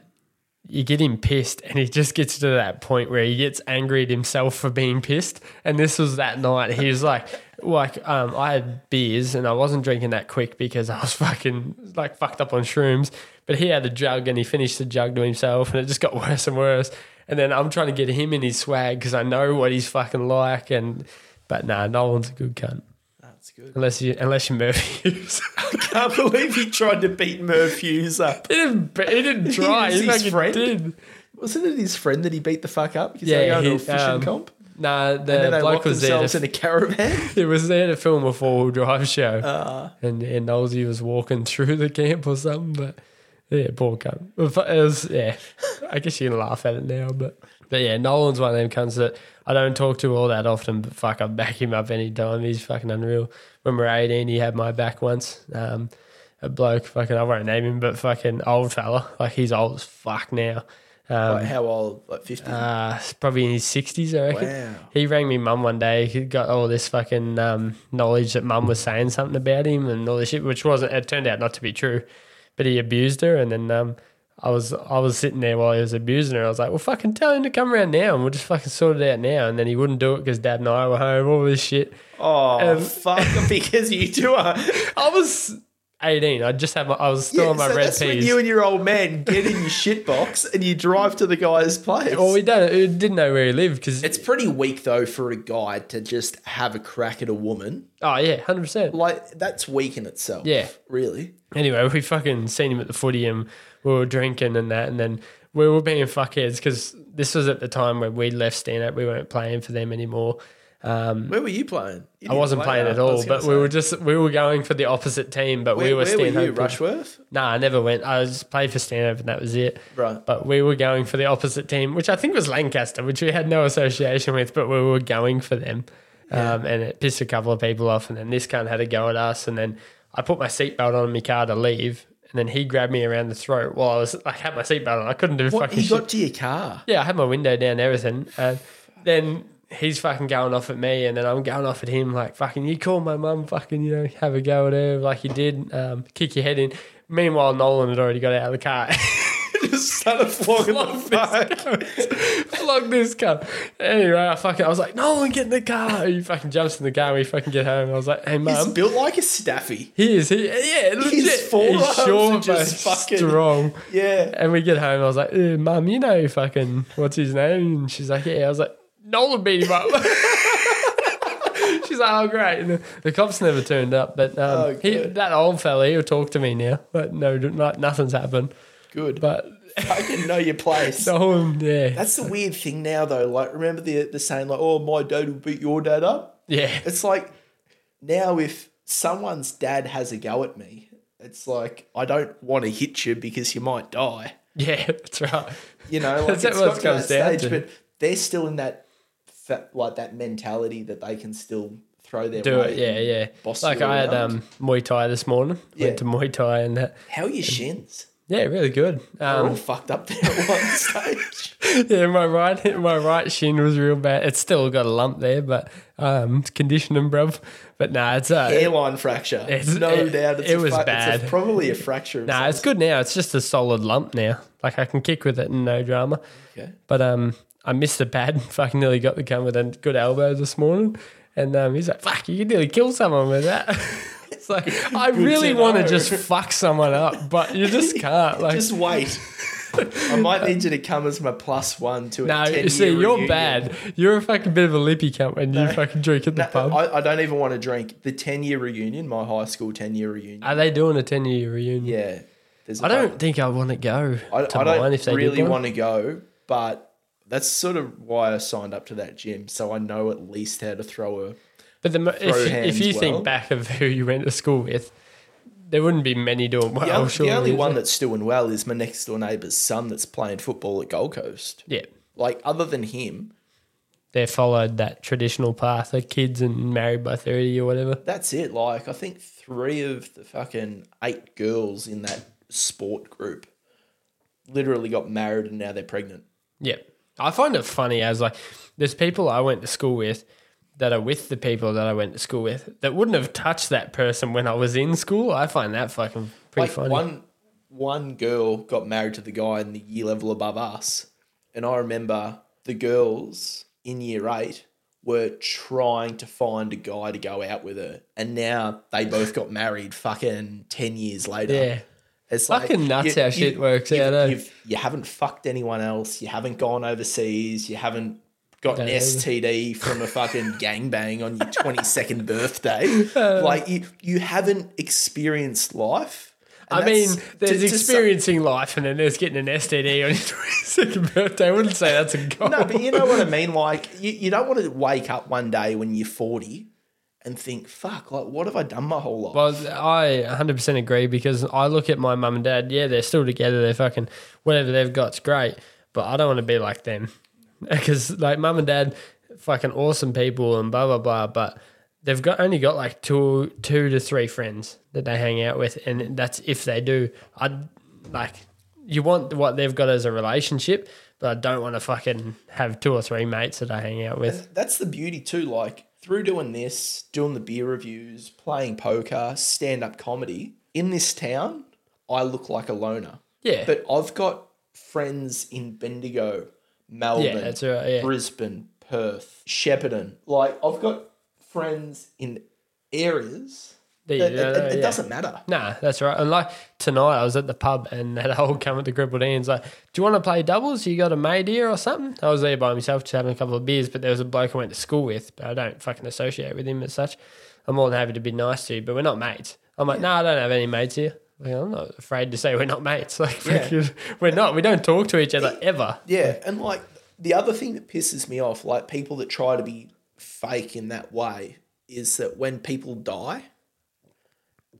you get him pissed, and he just gets to that point where he gets angry at himself for being pissed. And this was that night. He was like, like um, I had beers, and I wasn't drinking that quick because I was fucking like fucked up on shrooms. But he had a jug, and he finished the jug to himself, and it just got worse and worse. And then I'm trying to get him in his swag because I know what he's fucking like. And but nah, Nolan's a good cunt
That's good.
unless you unless you're Murphy Hughes.
Can't believe he tried to beat Merv Hughes up.
He didn't, he didn't try.
was
he
his
fucking
friend?
did.
Wasn't it his friend that he beat the fuck up? Because they
Yeah,
go to
he-
a fishing
um,
comp.
Nah,
And
the
then they
bloke
locked
was there.
themselves
To,
in a Uh. caravan.
he was there to film a four wheel drive show, and and Nosey was walking through the camp or something. But yeah, poor cunt. But fu- It was yeah. I guess you can laugh at it now, but but yeah, Nolan's one of them cunts that I don't talk to all that often. But fuck, I back him up any time. He's fucking unreal. When we were eighteen, he had my back once. Um, a bloke, fucking, I won't name him, but fucking old fella. Like he's old as fuck now. Um,
like how old? Like 50?
Uh, it's probably in his 60s, I reckon.
Wow.
He rang me mum one day. He got all this fucking um, knowledge that mum was saying something about him and all this shit, which wasn't, it turned out not to be true. But he abused her. And then um, I was I was sitting there while he was abusing her. I was like, well, fucking tell him to come around now and we'll just fucking sort it out now. And then he wouldn't do it because dad and I were home, all this shit.
oh,
um,
fuck. because you two are.
I was 18. I just had my, I was still
Yeah,
on my
so
red
that's when
peas.
you and your old man get in your shit box and you drive to the guy's place.
well, we don't, we didn't know where he lived because,
It's pretty weak though for a guy to just have a crack at a woman.
oh, yeah, 100%.
Like that's weak in itself.
Yeah.
Really.
Anyway, we fucking seen him at the footy and we were drinking and that, and then we were being fuckheads because this was at the time when we left stand up. We weren't playing for them anymore.
Where were you playing?
I
You didn't
wasn't
play
playing
that,
at
I
all,
was gonna
but we were
say.
just we were going for the opposite team. But
Where,
we were
where
stand
were you,
up.
Rushworth?
Nah, I never went. I just played for stand up and that was it.
Right.
But we were going for the opposite team, which I think was Lancaster, which we had no association with, but we were going for them. Um, and it pissed a couple of people off. And then this cunt had a go at us. And then I put my seatbelt on in my car to leave. And then he grabbed me around the throat while I was, I had my seatbelt on. I couldn't do
What
fucking
he
shit.
got to your car?
Yeah, I had my window down, and everything. And then he's fucking going off at me, and then I'm going off at him, like, fucking, you call my mum, fucking, you know, have a go at her, like you did, um, kick your head in. Meanwhile, Nolan had already got out of the car.
just started flogging the fuck.
Flog this car. Anyway, I fucking, I was like, Nolan, get in the car. He fucking jumps in the car, we fucking get home. I was like, hey,
He's
mum.
built like a staffy.
He is, he, yeah, legit.
forearms
he's short,
are just
but
fucking-
strong.
Yeah.
And we get home, I was like, eh, Mum, you know fucking what's his name? And she's like, Yeah. I was like, Nolan beat him up. she's like, Oh, great. And the, the cops never turned up, but um,
Oh,
he,
good.
that old fella, he'll talk to me now. But no, not, nothing's happened.
Good. But
But
I didn't know your place.
Nolan, yeah.
That's the weird thing now though. Like remember the the saying like, oh my dad will beat your dad up?
yeah.
It's like now if someone's dad has a go at me, it's like I don't want to hit you because you might die.
Yeah, that's right.
You know, like
That's
it's
what it
got to that
comes down
stage,
to.
but they're still in that fa- like that mentality that they can still throw their
Do it,
weight
yeah,
and
yeah.
boss
Like
you
I had
around.
um, Muay Thai this morning.
Yeah.
Went to Muay Thai and that.
How are your shins?
Yeah, really good.
They're
Um,
all fucked up there at one stage.
Yeah, my right my right shin was real bad. It's still got a lump there, but um, it's conditioning, bruv. But nah, it's uh,
Airline fracture.
It's-
no
it-
doubt it's
it
a
was
fu- it's a-
bad.
probably a fracture. of
nah, it's good now. It's just a solid lump now. Like I can kick with it and no drama.
Okay.
But um, I missed the pad. Fucking nearly got the gun with a good elbow this morning. And um, he's like, "Fuck, you could nearly kill someone with that." it's like I really
to
want to
know.
just fuck someone up, but you just can't. Like,
Just wait. I might need you to come as my plus one to a
no,
10
you see,
year
you're
reunion.
bad. You're a fucking bit of a lippy cunt when you fucking drink at the
No,
pub.
I, I don't even want to drink. The 10 year reunion, my high school 10 year reunion.
Are they doing a ten year reunion?
yeah. There's a
I don't
bunch.
think I want to go
I,
to
I
mine
don't
if they
really
did one.
want to go, but that's sort of why I signed up to that gym. So I know at least how to throw a.
But the, mo-
throw
if, if
hands
you think
well.
back of who you went to school with, there wouldn't be many doing well.
The, only-
surely,
the only
is
one
there?
that's doing well is my next door neighbour's son that's playing football at Gold Coast.
yeah,
Like, other than him,
they followed that traditional path of kids and married by thirty or whatever.
that's it. Like I think three of the fucking eight girls in that sport group literally got married and now they're pregnant.
Yeah, I find it funny as like there's people I went to school with that are with the people that I went to school with that wouldn't have touched that person when I was in school. I find that fucking pretty
like
funny.
one one girl got married to the guy in the year level above us, and I remember the girls in year eight were trying to find a guy to go out with her, and now they both got married fucking ten years later.
yeah.
It's
Fucking nuts how shit works
you've,
out, eh?
You've, you haven't fucked anyone else. You haven't gone overseas. You haven't got
Don't
an
know.
STD from a fucking gangbang on your 22nd birthday.
Uh.
Like, you, you haven't experienced life. And
I mean,
that's-
there's
to- to some-
experiencing life and then there's getting an STD on your 22nd birthday. I wouldn't say that's a goal.
No, but you know what I mean? Like, you, you don't want to wake up one day when you're 40 and think, fuck, like, what have I done my whole life?
Well, I 100% agree because I look at my mum and dad. Yeah, they're still together. They're fucking whatever they've got's great, but I don't want to be like them because like mum and dad, fucking awesome people and blah blah blah. But they've got only got like two two to three friends that they hang out with, and that's if they do. I like you want what they've got as a relationship, but I don't want to fucking have two or three mates that I hang out with.
that's the beauty too. Like through doing this, doing the beer reviews, playing poker, stand up comedy in this town, I look like a loner.
Yeah.
But I've got friends in Bendigo, Melbourne,
that's right, yeah.
Brisbane, Perth, Shepparton. Like I've got friends in areas.
That you
that-
don't
it- it-
know,
it
yeah.
doesn't matter.
Nah, that's right. And like tonight, I was at the pub and that old come at the crippled Ian's like, "Do you want to play doubles? You got a mate here or something?" I was there by myself, just having a couple of beers. But there was a bloke I went to school with, but I don't fucking associate with him as such. I'm more than happy to be nice to, you, but we're not mates. I'm like, no, I don't have any mates here. Like, I'm not afraid to say we're not mates. Like, fucking- we're not. We don't talk to each other ever.
Yeah, and like the other thing that pisses me off, like people that try to be fake in that way, is that when people die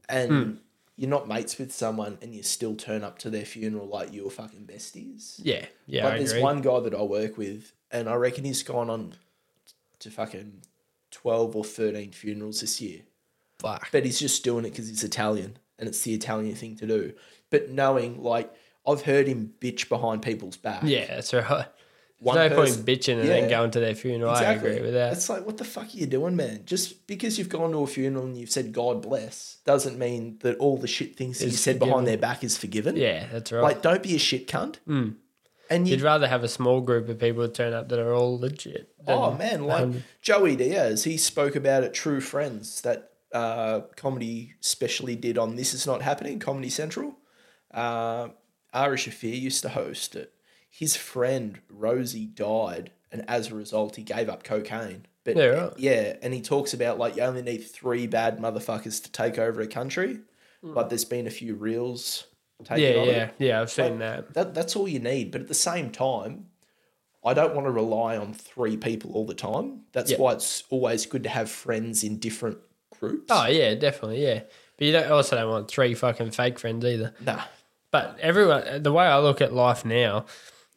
and
Hmm.
you're not mates with someone and you still turn up to their funeral like you were fucking besties.
Yeah, yeah,
Like
I
there's
agree.
one guy that I work with, and I reckon he's gone on to fucking twelve or thirteen funerals this year
Fuck.
but he's just doing it because he's Italian and it's the Italian thing to do. But knowing, like, I've heard him bitch behind people's back.
Yeah, that's right.
One
There's no
person-
point bitching and
Yeah.
then going to their funeral. I agree with that.
It's like, what the fuck are you doing, man? Just because you've gone to a funeral and you've said God bless doesn't mean that all the shit things that you
Is
said
forgiven.
behind their back is forgiven.
yeah, Mm. that's right.
Like, don't be a shit cunt. And you
You'd rather have a small group of people turn up that are all legit. than- um,
Oh man, like Joey Diaz, he spoke about it. True Friends, that uh, comedy specially did on This Is Not Happening, Comedy Central. Uh, Ari Shafir used to host it. His friend Rosie died, and as a result, he gave up cocaine. But
Yeah, right.
yeah, and he talks about like you only need three bad motherfuckers to take over a country. But there's been a few reels taken
Hmm. yeah,
on it.
yeah, yeah. I've seen that.
That, that's all you need. But at the same time, I don't want to rely on three people all the time. That's
Yeah.
why it's always good to have friends in different groups.
Oh yeah, definitely, yeah. But you don't also don't want three fucking fake friends either.
Nah.
But everyone, the way I look at life now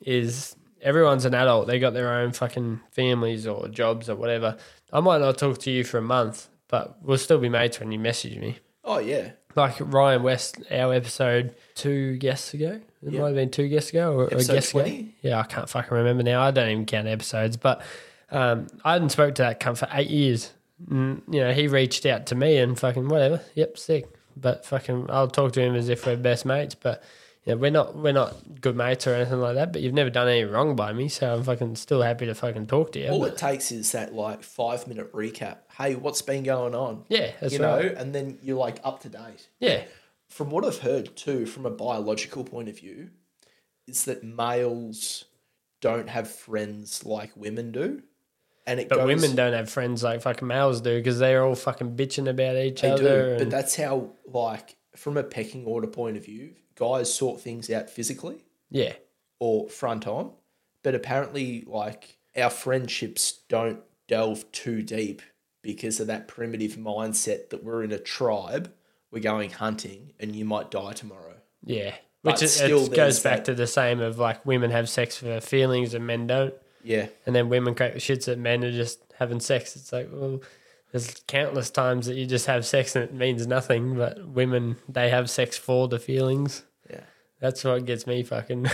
is everyone's an adult. They got their own fucking families or jobs or whatever. I might not talk to you for a month, but we'll still be mates when you message me.
Oh, yeah.
Like Ryan West, our episode two guests ago. It might have been two guests ago or, or
Episode
guests ago.
20?
Yeah, I can't fucking remember now. I don't even count episodes, but um, I hadn't spoke to that cunt for eight years. Mm, you know, he reached out to me and fucking whatever. Yep, sick. But fucking, I'll talk to him as if we're best mates. But you know, we're not we're not good mates or anything like that. But you've never done any wrong by me, so I'm fucking still happy to fucking talk to you.
All
but-
it takes is that like five minute recap. Hey, what's been going on?
yeah, that's
you know,
right.
and then you're like up to date.
Yeah,
From what I've heard too, from a biological point of view, is that males don't have friends like women do. And it
but
goes,
women don't have friends like fucking males do because they're all fucking bitching about each
They
other.
do,
and-
but that's how, like, from a pecking order point of view, guys sort things out physically
Yeah.
or front on, but apparently, like, our friendships don't delve too deep because of that primitive mindset that we're in a tribe, we're going hunting, and you might die tomorrow.
Yeah.
But
Which it,
still
it goes
there's
back
that-
to the same of like women have sex for their feelings and men don't.
Yeah.
And then women crack the shits at men are just having sex. It's like, well, there's countless times that you just have sex and it means nothing, but women, they have sex for the feelings.
Yeah.
That's what gets me fucking.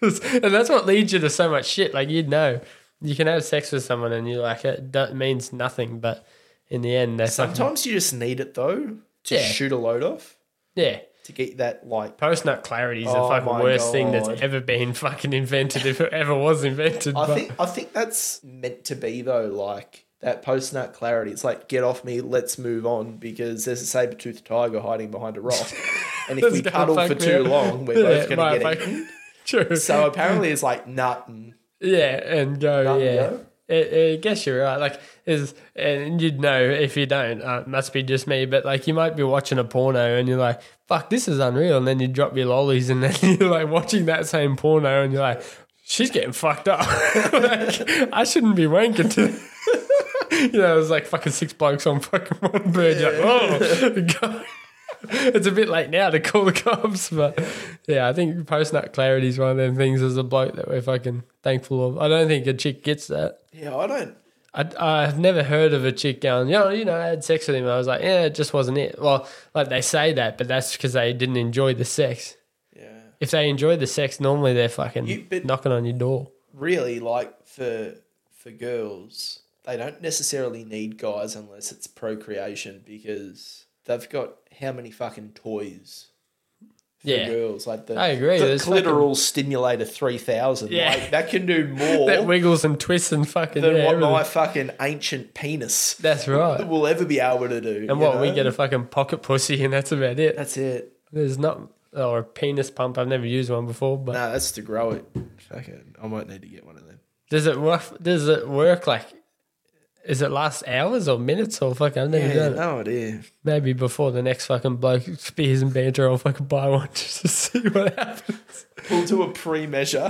and that's what leads you to so much shit. Like, you'd know. you can have sex with someone and you like it, that means nothing, but in the end, that's something-
Sometimes you just need it though to
Yeah.
shoot a load off
yeah.
to get that like.
Post nut clarity is
Oh
the fucking
my
worst thing that's
God.
ever been fucking invented, if it ever was invented.
I
but-
think I think that's meant to be though, like that post nut clarity. It's like get off me, let's move on because there's a saber toothed tiger hiding behind a rock, and if
That's
we
gonna
cuddle for
fuck me
too
up.
long, we're
Yeah,
both gonna
right,
get
fuck.
eaten.
True.
So apparently, it's like mm, nut. and-
Yeah, and go.
Up and
yeah,
go.
I, I guess you're right. Like, is and you'd know if you don't. Uh, it must be just me, but like you might be watching a porno and you're like, "Fuck, this is unreal," and then you drop your lollies, and then you're like watching that same porno, and you're like, "She's getting fucked up. like, I shouldn't be wanking to." you know, it's like fucking six blokes on fucking one bird. You're like, oh, God. It's a bit late now to call the cops, but yeah, I think post nut clarity is one of them things as a bloke that we're fucking thankful of. I don't think a chick gets that.
Yeah, I don't.
I, I've never heard of a chick going, you know, you know, I had sex with him. I was like, yeah, it just wasn't it. Well, like they say that, but that's because they didn't enjoy the sex.
Yeah.
If they enjoy the sex, normally they're fucking
You- but-
knocking on your door.
really like for for girls they don't necessarily need guys unless it's procreation because they've got how many fucking toys for
Yeah.
girls like the
I agree,
the
there's
clitoral stimulator 3000
Yeah.
like that can do more
That wiggles and twists and fucking.
than
yeah,
what
everything.
my fucking ancient penis
That's right.
will ever be able to do
And
you
what we
know?
get a fucking pocket pussy, and that's about it.
that's it
There's not or a penis pump. I've never used one before, but
no that's to grow it fucking I might need to get one of them
does it work? Does it work like? Is it last hours or minutes or fuck? I've never
yeah
done it.
no idea
Maybe before the next fucking bloke spears and banter, I'll fucking buy one just to see what happens.
we'll do a pre-measure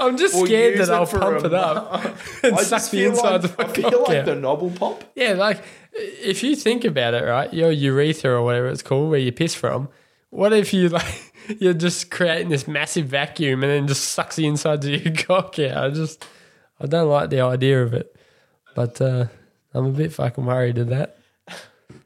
I'm just
We'll
scared
use
that
it
I'll
for
pump
a
it up and
I
suck
just
the
feel
insides
like,
of my
I feel
cock
like
out.
the novel pop.
Yeah, like if you think about it, right, your urethra or whatever it's called, where you piss from. What if you like you're just creating this massive vacuum and then just sucks the insides of your cock out? I just I don't like the idea of it, but uh, I'm a bit fucking worried of that.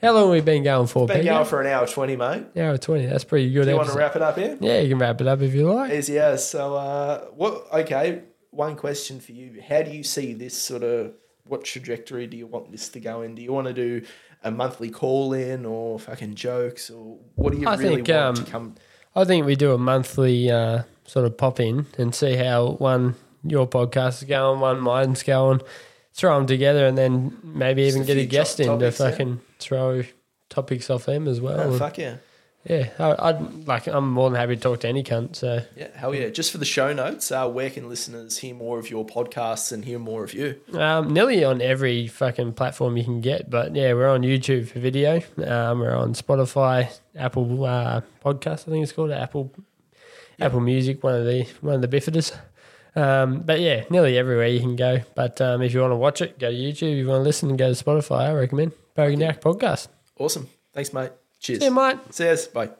How long we been going for?
Been
Peggy?
going for an hour twenty, mate.
hour twenty. That's pretty good.
Do you want to
episode.
wrap it up here?
yeah, you can wrap it up if you like.
Easy as. So, uh, what? Okay, one question for you. How do you see this sort of? What trajectory do you want this to go in? Do you want to do a monthly call in or fucking jokes or what do you
I
really
think,
want
um,
to come?
I think we do a monthly uh, sort of pop in and see how one your podcast is going, one mine's going, throw them together, and then maybe even
a
get a
few to-
guest in to
topics, yeah.
fucking throw topics off them as well.
Oh,
And,
fuck yeah,
yeah, I, I'd like. I'm more than happy to talk to any cunt. So
yeah, hell yeah! Just for the show notes, uh, where can listeners hear more of your podcasts and hear more of you?
Um, nearly on every fucking platform you can get, but yeah, we're on YouTube for video. Um, we're on Spotify, Apple uh, Podcast, I think it's called Apple Apple Music, one of the one of the biffeters. Um, but yeah, nearly everywhere you can go. But um, if you want to watch it, go to YouTube. If you want to listen, go to Spotify. I recommend Bogan Yak Podcast.
Awesome, thanks, mate. Cheers.
See you, mate.
See you. Bye.